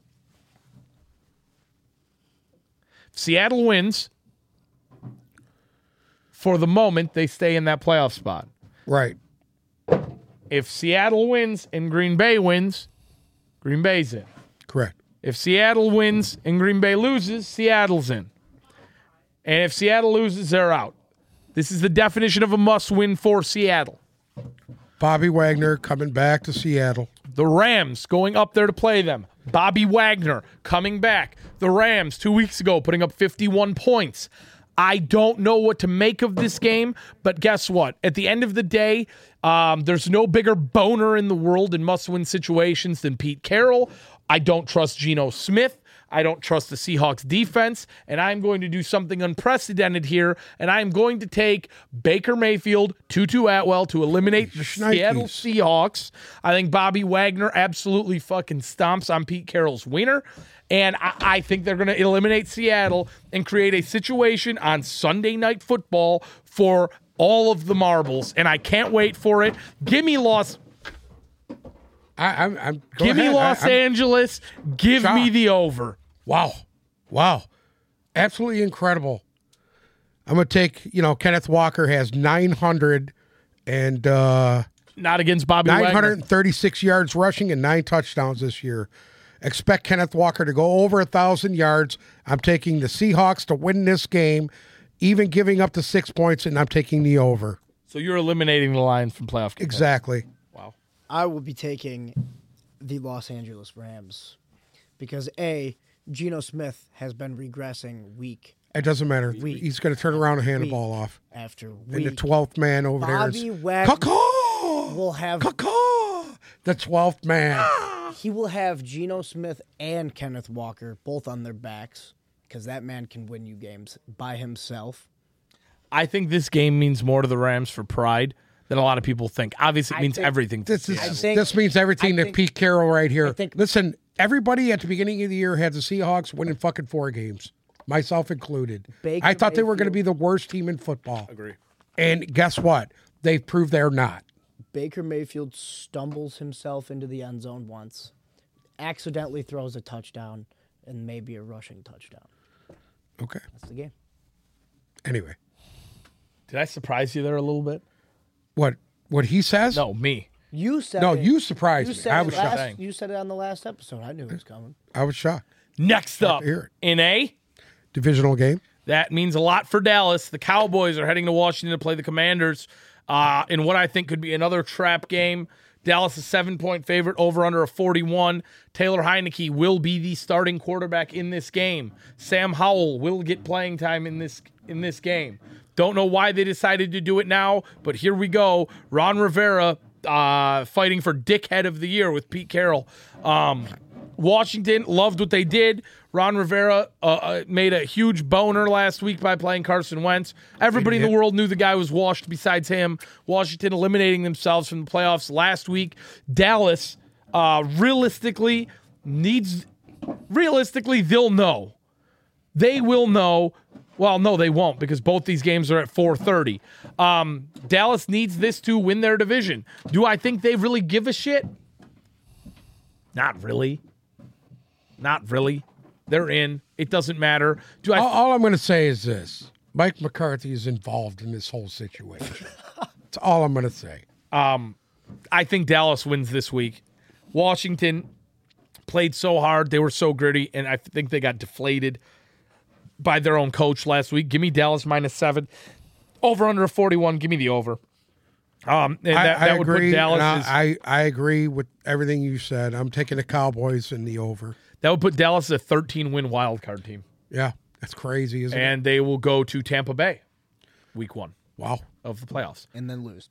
Speaker 1: Seattle wins. For the moment, they stay in that playoff spot.
Speaker 2: right.
Speaker 1: If Seattle wins and Green Bay wins, Green Bay's in.
Speaker 2: Correct.
Speaker 1: If Seattle wins and Green Bay loses, Seattle's in. And if Seattle loses, they're out. This is the definition of a must win for Seattle.
Speaker 2: Bobby Wagner coming back to Seattle.
Speaker 1: The Rams going up there to play them. Bobby Wagner coming back. The Rams two weeks ago putting up 51 points. I don't know what to make of this game, but guess what? At the end of the day, um, there's no bigger boner in the world in must win situations than Pete Carroll. I don't trust Geno Smith. I don't trust the Seahawks defense, and I'm going to do something unprecedented here, and I'm going to take Baker Mayfield, Tutu Atwell to eliminate the
Speaker 2: Schnikes.
Speaker 1: Seattle Seahawks. I think Bobby Wagner absolutely fucking stomps on Pete Carroll's wiener. And I, I think they're going to eliminate Seattle and create a situation on Sunday night football for all of the marbles. And I can't wait for it. Give me Los,
Speaker 2: I, I'm. I'm go
Speaker 1: give me
Speaker 2: ahead. I-
Speaker 1: Los
Speaker 2: I'm-
Speaker 1: Angeles. Give me
Speaker 2: shocked.
Speaker 1: the over.
Speaker 2: Wow. Wow. Absolutely incredible. I'm going to take, you know, Kenneth Walker has 900 and uh,
Speaker 1: Not against Bobby Wagner.
Speaker 2: 936 yards rushing and nine touchdowns this year. Expect Kenneth Walker to go over 1,000 yards. I'm taking the Seahawks to win this game, even giving up the six points, and I'm taking the over.
Speaker 1: So you're eliminating the Lions from playoff. contention.
Speaker 2: Exactly.
Speaker 1: Wow.
Speaker 3: I will be taking the Los Angeles Rams because A, Geno Smith has been regressing week
Speaker 2: It doesn't matter. He's going to turn around and hand the ball off.
Speaker 3: after
Speaker 2: And the
Speaker 3: week.
Speaker 2: 12th man over
Speaker 3: Bobby
Speaker 2: there is.
Speaker 3: Wagner
Speaker 2: Caw-caw!
Speaker 3: will have
Speaker 2: Caw-caw! The 12th man.
Speaker 3: he will have Geno Smith and Kenneth Walker both on their backs because that man can win you games by himself.
Speaker 1: I think this game means more to the Rams for pride than a lot of people think. Obviously, it means
Speaker 3: think
Speaker 1: everything. to
Speaker 2: This is
Speaker 1: Seattle.
Speaker 3: think-
Speaker 2: this means everything
Speaker 3: I
Speaker 2: to
Speaker 3: think-
Speaker 2: Pete Carroll right here.
Speaker 3: think-
Speaker 2: Listen, everybody at the beginning of the year had the Seahawks winning fucking four games, myself included.
Speaker 3: Baker
Speaker 2: I thought they were going to be the worst team in football.
Speaker 1: Agree.
Speaker 2: And guess what? They've proved they're not.
Speaker 3: Baker Mayfield stumbles himself into the end zone once, accidentally throws a touchdown, and maybe a rushing touchdown.
Speaker 2: Okay.
Speaker 3: That's the game.
Speaker 2: Anyway,
Speaker 1: Did I surprise you there a little bit?
Speaker 2: what what he says?
Speaker 1: No, me.
Speaker 3: You said
Speaker 2: No,
Speaker 3: it.
Speaker 2: you surprised
Speaker 3: You
Speaker 2: me.
Speaker 3: said
Speaker 2: I
Speaker 3: it
Speaker 2: was
Speaker 3: last,
Speaker 2: shocked.
Speaker 1: shocked.
Speaker 3: You said it on the last episode. I knew it was coming.
Speaker 2: I was shocked.
Speaker 1: Next up
Speaker 2: hear
Speaker 1: in A,
Speaker 2: Divisional game.
Speaker 1: that means a lot for Dallas. The Cowboys are heading to Washington to play the Commanders uh, in what I think could be another trap game. Dallas is seven point favorite over under a 41. Taylor Heineke will be the starting quarterback in this game. Sam Howell will get playing time in this in this game. Don't know why they decided to do it now, but here we go. Ron Rivera uh, fighting for dickhead of the year with Pete Carroll. Um, Washington loved what they did. Ron Rivera uh, uh, made a huge boner last week by playing Carson Wentz. Everybody in the world knew the guy was washed besides him. Washington eliminating themselves from the playoffs last week. Dallas, uh, realistically, needs. Realistically, they'll know. They will know. Well, no, they won't because both these games are at 4:30. Um, Dallas needs this to win their division. Do I think they really give a shit? Not really. Not really. They're in. It doesn't matter. Do I?
Speaker 2: All, all I'm going to say is this: Mike McCarthy is involved in this whole situation. That's all I'm going to say.
Speaker 1: I think Dallas wins this week. Washington played so hard. They were so gritty, and I think they got deflated by their own coach last week. Give me Dallas minus seven. Over under a 41. Give me the over. Um, and that,
Speaker 2: I, I
Speaker 1: that would
Speaker 2: agree.
Speaker 1: put Dallas.
Speaker 2: and
Speaker 1: as-
Speaker 2: I, I I agree with everything you said. I'm taking the Cowboys in the over.
Speaker 1: that would put Dallas as a 13 win wild card team,
Speaker 2: Yeah, that's crazy, isn't it?
Speaker 1: and they will go to Tampa Bay, week one
Speaker 2: Wow.
Speaker 1: of the playoffs.
Speaker 3: and then lose.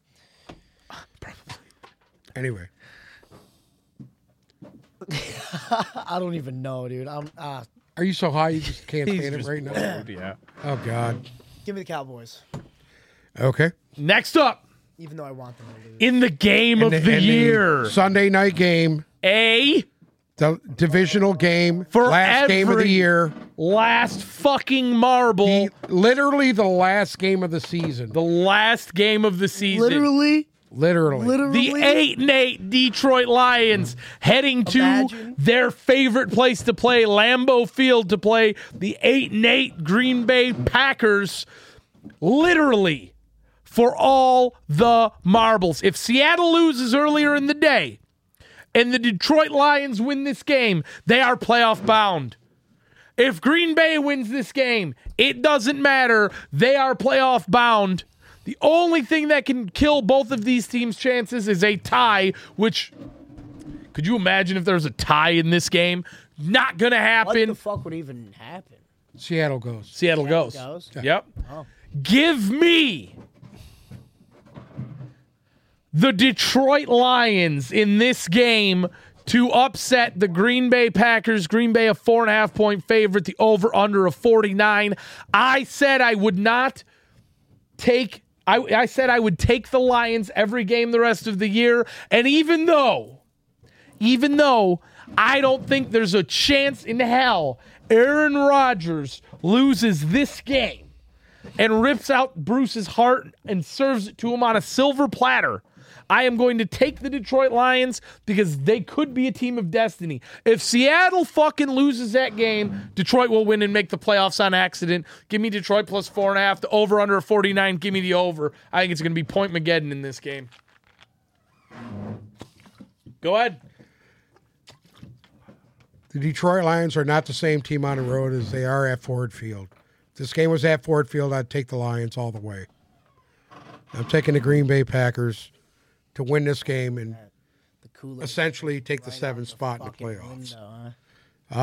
Speaker 2: Anyway,
Speaker 3: I don't even know, dude. I'm uh,
Speaker 2: are you so high you just can't
Speaker 1: He's
Speaker 2: stand it
Speaker 1: just
Speaker 2: right now?
Speaker 1: blurred, yeah.
Speaker 2: Oh God.
Speaker 3: give me the Cowboys,
Speaker 2: Okay.
Speaker 1: Next up
Speaker 3: even though I want them to lose.
Speaker 1: in the game of
Speaker 2: And
Speaker 1: the
Speaker 2: and
Speaker 1: year,
Speaker 2: Sunday night game,
Speaker 1: a
Speaker 2: the divisional game,
Speaker 1: For
Speaker 2: last game of the
Speaker 1: every-
Speaker 2: year,
Speaker 1: last fucking marble,
Speaker 2: the- literally the last game of the season.
Speaker 1: the last game of the season.
Speaker 3: Literally,
Speaker 2: Literally.
Speaker 3: literally.
Speaker 1: The eight and eight Detroit Lions heading to
Speaker 3: Imagine.
Speaker 1: their favorite place to play, Lambeau Field, to play the eight and eight Green Bay Packers. Literally, for all the marbles. If Seattle loses earlier in the day, and the Detroit Lions win this game, they are playoff bound. If Green Bay wins this game, it doesn't matter. They are playoff bound. The only thing that can kill both of these teams' chances is a tie, which could you imagine if there's a tie in this game? Not going to
Speaker 3: What
Speaker 1: happen.
Speaker 3: the fuck would even happen?
Speaker 2: Seattle goes.
Speaker 1: Seattle
Speaker 3: Seattle
Speaker 1: goes.
Speaker 3: goes? Oh.
Speaker 1: Yep. Give me the Detroit Lions in this game to upset the Green Bay Packers. Green Bay, a four and a half point favorite, the over under of 49. I said I would not take. I, I said I would take the Lions every game the rest of the year. And even though even though I don't think there's a chance in hell Aaron Rodgers loses this game and rips out Bruce's heart and serves it to him on a silver platter. I am going to take the Detroit Lions because they could be a team of destiny. If Seattle fucking loses that game, Detroit will win and make the playoffs on accident. Give me Detroit plus four and a half. The over under 49. Give me the over. I think it's going to be point Mageddon in this game. Go ahead.
Speaker 2: The Detroit Lions are not the same team on the road as they are at Ford Field. If this game was at Ford Field, I'd take the Lions all the way. I'm taking the Green Bay Packers to win this game and
Speaker 3: The Kool-Aid.
Speaker 2: essentially take the
Speaker 3: right
Speaker 2: seventh
Speaker 3: out
Speaker 2: spot in the
Speaker 3: fucking
Speaker 2: playoffs. Um,
Speaker 3: window, huh?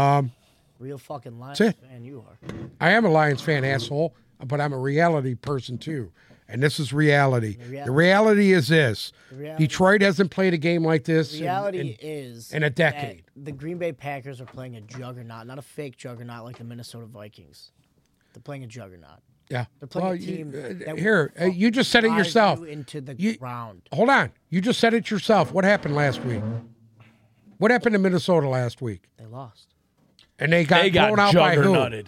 Speaker 3: real fucking Lions
Speaker 2: it.
Speaker 3: fan you are.
Speaker 2: I am a Lions fan, asshole, but I'm a reality person too. And this is reality. The reality is this
Speaker 3: reality-
Speaker 2: Detroit hasn't played a game like this. in-
Speaker 3: Reality
Speaker 2: in-
Speaker 3: is
Speaker 2: in a
Speaker 3: that
Speaker 2: decade.
Speaker 3: the Green Bay Packers are playing a juggernaut, not a fake juggernaut like the Minnesota Vikings. They're playing a juggernaut.
Speaker 2: yeah.
Speaker 3: They're playing
Speaker 2: Well,
Speaker 3: a
Speaker 2: you-
Speaker 3: team.
Speaker 2: uh,
Speaker 3: that will
Speaker 2: here, uh, you just said it
Speaker 3: drive
Speaker 2: yourself.
Speaker 3: you into the
Speaker 2: You-
Speaker 3: ground.
Speaker 2: Hold on. You just said it yourself. What happened last week? What happened to Minnesota last week?
Speaker 3: They lost.
Speaker 2: And they got
Speaker 1: They got
Speaker 2: blown out by who?
Speaker 1: juggernutted.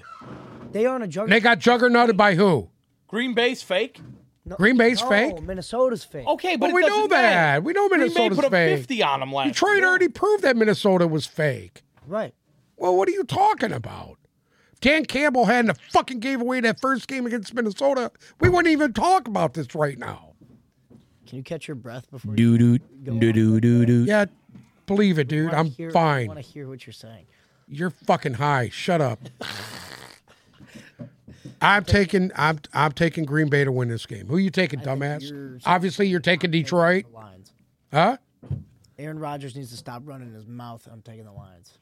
Speaker 3: They
Speaker 2: And
Speaker 3: aren't a
Speaker 2: they
Speaker 3: juggernaut.
Speaker 2: got juggernutted by who?
Speaker 1: Green Bay's fake.
Speaker 3: No,
Speaker 2: Green Bay's
Speaker 3: no,
Speaker 2: fake?
Speaker 3: Minnesota's fake.
Speaker 1: Okay, but
Speaker 2: Well, we
Speaker 1: it doesn't
Speaker 2: know that.
Speaker 1: matter.
Speaker 2: We know
Speaker 1: Green Bay
Speaker 2: Minnesota's
Speaker 1: put up
Speaker 2: fake.
Speaker 1: 50 on them last.
Speaker 2: Detroit
Speaker 1: year.
Speaker 2: already proved that Minnesota was fake.
Speaker 3: Right.
Speaker 2: Well, what are you talking about? Dan Campbell hadn't have fucking gave away that first game against Minnesota. We wouldn't even talk about this right now.
Speaker 3: Can you catch your breath before you
Speaker 4: Do do do do do do.
Speaker 2: Yeah, believe it, dude.
Speaker 3: I
Speaker 2: I'm
Speaker 3: hear- I want
Speaker 2: fine.
Speaker 3: to hear what you're saying.
Speaker 2: You're fucking high. Shut up. I'm taking I'm I'm taking Green Bay to win this game. Who you taking, dumbass?
Speaker 3: you're-
Speaker 2: Obviously, you're taking Detroit,
Speaker 3: The Lions.
Speaker 2: huh?
Speaker 3: Aaron Rodgers needs to stop running his mouth. I'm taking the Lions.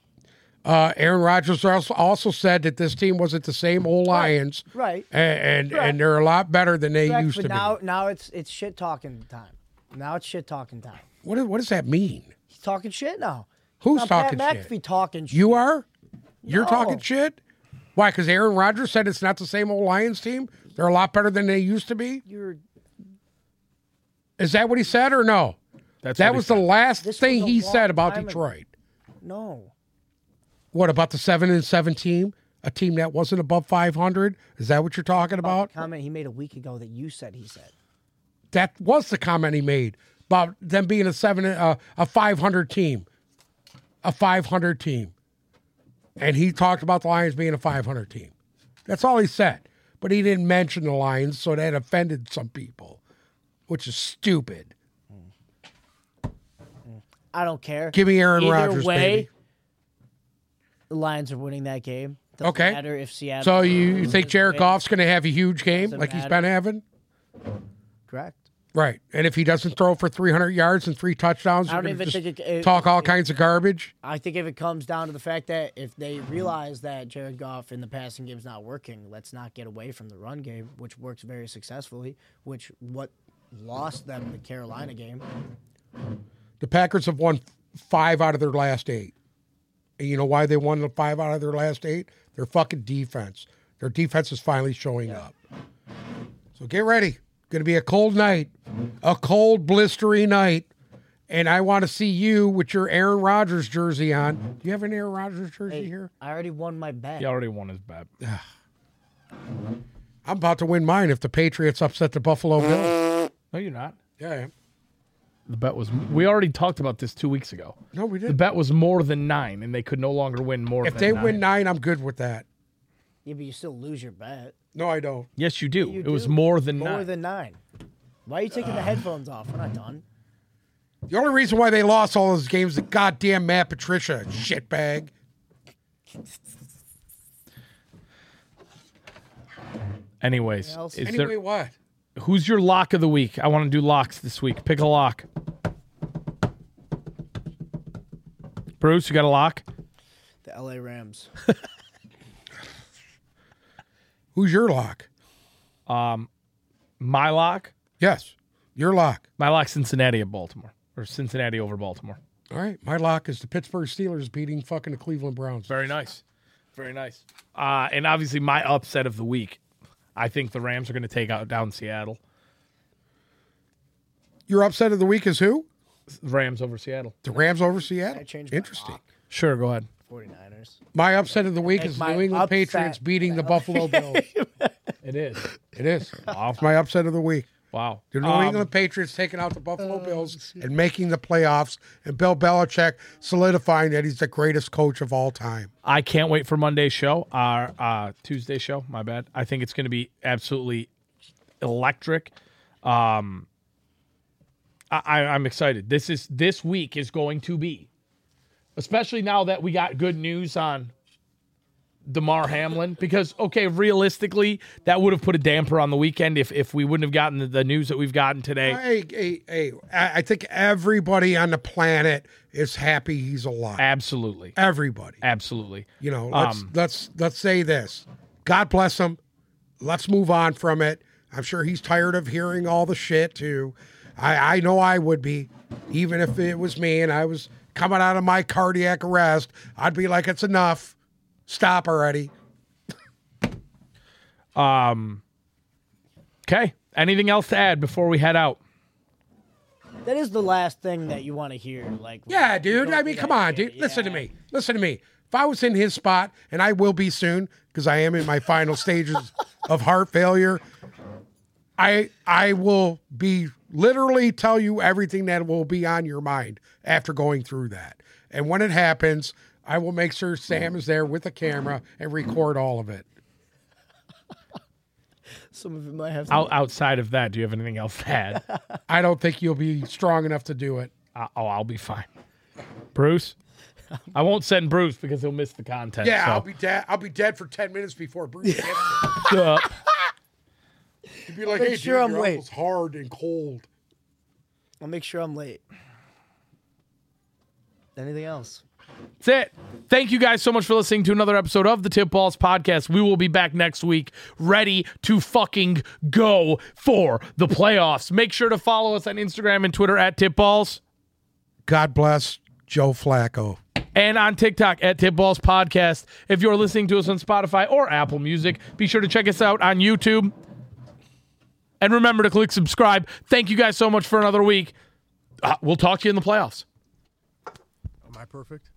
Speaker 2: Uh, Aaron Rodgers also, also said that this team wasn't the same old Lions,
Speaker 3: Right.
Speaker 2: and and, and they're a lot better than they
Speaker 3: Correct,
Speaker 2: used
Speaker 3: but
Speaker 2: to
Speaker 3: now, now it's it's shit talking time. Now it's shit talking time.
Speaker 2: be. What, what does that mean?
Speaker 3: He's talking shit now.
Speaker 2: Who's
Speaker 3: Now, Pat
Speaker 2: talking
Speaker 3: McAfee
Speaker 2: shit?
Speaker 3: talking shit.
Speaker 2: You are? You're
Speaker 3: No.
Speaker 2: talking shit? Why? Because Aaron Rodgers said it's not the same old Lions team. They're a lot better than they used to be.
Speaker 3: You're
Speaker 2: Is that what he said or no?
Speaker 1: That's
Speaker 2: That
Speaker 1: what
Speaker 2: was
Speaker 1: he
Speaker 2: the
Speaker 1: said.
Speaker 2: last
Speaker 3: This
Speaker 2: thing
Speaker 3: was a
Speaker 2: he
Speaker 3: long
Speaker 2: said about
Speaker 3: time ago.
Speaker 2: Detroit.
Speaker 3: no.
Speaker 2: What about the seven and seven team? A team that wasn't above five hundred? Is that what you're talking about?
Speaker 3: Comment he made a week ago that you said he said.
Speaker 2: That was the comment he made about them being a seven, uh, a five hundred team, a five hundred team, and he talked about the Lions being a five hundred team. That's all he said, but he didn't mention the Lions, so that offended some people, which is stupid.
Speaker 3: I don't care.
Speaker 2: Give me Aaron
Speaker 3: Either
Speaker 2: Rodgers,
Speaker 3: way,
Speaker 2: baby.
Speaker 3: The Lions are winning that game. Doesn't
Speaker 2: Okay.
Speaker 3: Matter if Seattle.
Speaker 2: So you, you think Jared
Speaker 3: win.
Speaker 2: Goff's going to have a huge game like he's
Speaker 3: matter.
Speaker 2: been having?
Speaker 3: Correct.
Speaker 2: Right. And if he doesn't throw for 300 yards and three touchdowns,
Speaker 3: I
Speaker 2: you're
Speaker 3: don't
Speaker 2: going
Speaker 3: even
Speaker 2: to just
Speaker 3: think it- it-
Speaker 2: talk all kinds of garbage.
Speaker 3: I think if it comes down to the fact that if they realize that Jared Goff in the passing game is not working, let's not get away from the run game, which works very successfully, which what lost them the Carolina game.
Speaker 2: The Packers have won five out of their last eight. And you know why they won the five out of their last eight? Their fucking defense. Their defense is finally showing up. So get ready. Going to be a cold night, a cold, blistery night. And I want to see you with your Aaron Rodgers jersey on. Do you have an Aaron Rodgers jersey here?
Speaker 3: I already won my bet.
Speaker 1: He already won his bet.
Speaker 2: I'm about to win mine if the Patriots upset the Buffalo Bills.
Speaker 1: No, you're not.
Speaker 2: Yeah, I am.
Speaker 1: The bet was. We already talked about this two weeks ago.
Speaker 2: No, we
Speaker 1: The
Speaker 2: didn't.
Speaker 1: bet was more than nine, and they could no longer win more.
Speaker 2: If
Speaker 1: than
Speaker 2: they
Speaker 1: nine.
Speaker 2: win nine, I'm good with that.
Speaker 3: Yeah, but you still lose your bet.
Speaker 2: No, I don't.
Speaker 1: yes, you do.
Speaker 3: You
Speaker 1: it was
Speaker 3: do.
Speaker 1: more than
Speaker 3: More
Speaker 1: nine.
Speaker 3: than nine. Why are you taking the headphones off? We're not done.
Speaker 2: The only reason why they lost all those games is the goddamn Matt Patricia shitbag.
Speaker 1: Anyways,
Speaker 3: Else-
Speaker 1: is
Speaker 2: Anyway,
Speaker 1: there,
Speaker 2: what?
Speaker 1: who's your lock of the week? I want to do locks this week. Pick a lock. Bruce, you got a lock?
Speaker 3: The LA Rams.
Speaker 2: Who's your lock?
Speaker 1: My lock.
Speaker 2: Yes, your lock.
Speaker 1: My lock. Cincinnati at Baltimore, or Cincinnati over Baltimore.
Speaker 2: All right, my lock is the Pittsburgh Steelers beating fucking the Cleveland Browns.
Speaker 1: Very nice. Very nice. Uh, and obviously, my upset of the week. I think the Rams are going to take out down Seattle.
Speaker 2: Your upset of the week is who?
Speaker 1: Rams over Seattle.
Speaker 2: The Rams over Seattle.
Speaker 3: I changed my
Speaker 2: Interesting.
Speaker 3: lock.
Speaker 1: Sure, go ahead.
Speaker 3: 49ers.
Speaker 2: My upset of the week
Speaker 3: Make
Speaker 2: is
Speaker 3: my
Speaker 2: New England
Speaker 3: upset.
Speaker 2: Patriots beating the Buffalo Bills.
Speaker 1: It is.
Speaker 2: It is. It's my upset of the week.
Speaker 1: Wow.
Speaker 2: The New
Speaker 1: Um,
Speaker 2: England Patriots taking out the Buffalo Bills and making the playoffs, and Bill Belichick solidifying that he's the greatest coach of all time.
Speaker 1: I can't wait for Monday's show, our uh, Tuesday show. My bad. I think it's going to be absolutely electric. Um, I, I, I'm excited. This is this week is going to be, especially now that we got good news on Damar Hamlin. Because okay, realistically, that would have put a damper on the weekend if if we wouldn't have gotten the, the news that we've gotten today.
Speaker 2: Hey, hey, hey! I I think everybody on the planet is happy he's alive.
Speaker 1: Absolutely,
Speaker 2: Everybody,
Speaker 1: absolutely.
Speaker 2: you know. Let's let's let's say this. God bless him. Let's move on from it. I'm sure he's tired of hearing all the shit too. I I know I would be, even if it was me and I was coming out of my cardiac arrest. I'd be like, it's enough. Stop already.
Speaker 1: Okay. Anything else to add before we head out?
Speaker 3: That is the last thing that you want to hear. Like,
Speaker 2: Yeah,
Speaker 3: you
Speaker 2: dude.
Speaker 3: don't
Speaker 2: I
Speaker 3: do
Speaker 2: mean,
Speaker 3: that
Speaker 2: come on,
Speaker 3: shit.
Speaker 2: dude. Listen to
Speaker 3: Yeah.
Speaker 2: me. Listen to me. If I was in his spot, and I will be soon, because I am in my final stages of heart failure, I I will be literally tell you everything that will be on your mind after going through that. And when it happens, I will make sure Sam is there with a camera and record all of it.
Speaker 3: Some of it might have.
Speaker 1: Out, outside of that, do you have anything else to add?
Speaker 2: I don't think you'll be strong enough to do it.
Speaker 1: I- oh, I'll be fine. Bruce, I won't send Bruce because he'll miss the content.
Speaker 2: Yeah,
Speaker 1: so.
Speaker 2: I'll be dead. I'll be dead for ten minutes before Bruce gets there.
Speaker 1: Uh,
Speaker 2: You'd be like,
Speaker 3: Make
Speaker 2: hey,
Speaker 3: sure
Speaker 2: dude,
Speaker 3: I'm
Speaker 2: your
Speaker 3: late."
Speaker 2: uncle's hard and cold.
Speaker 3: I'll make sure I'm late. Anything else?
Speaker 1: That's it. Thank you guys so much for listening to another episode of the Tip Balls Podcast. We will be back next week, ready to fucking go for the playoffs. Make sure to follow us on Instagram and Twitter at Tip Balls.
Speaker 2: God bless Joe Flacco.
Speaker 1: and on TikTok at Tip Balls Podcast. If you're listening to us on Spotify or Apple Music, be sure to check us out on YouTube. And remember to click subscribe. Thank you guys so much for another week. Uh, we'll talk to you in the playoffs.
Speaker 5: Am I perfect?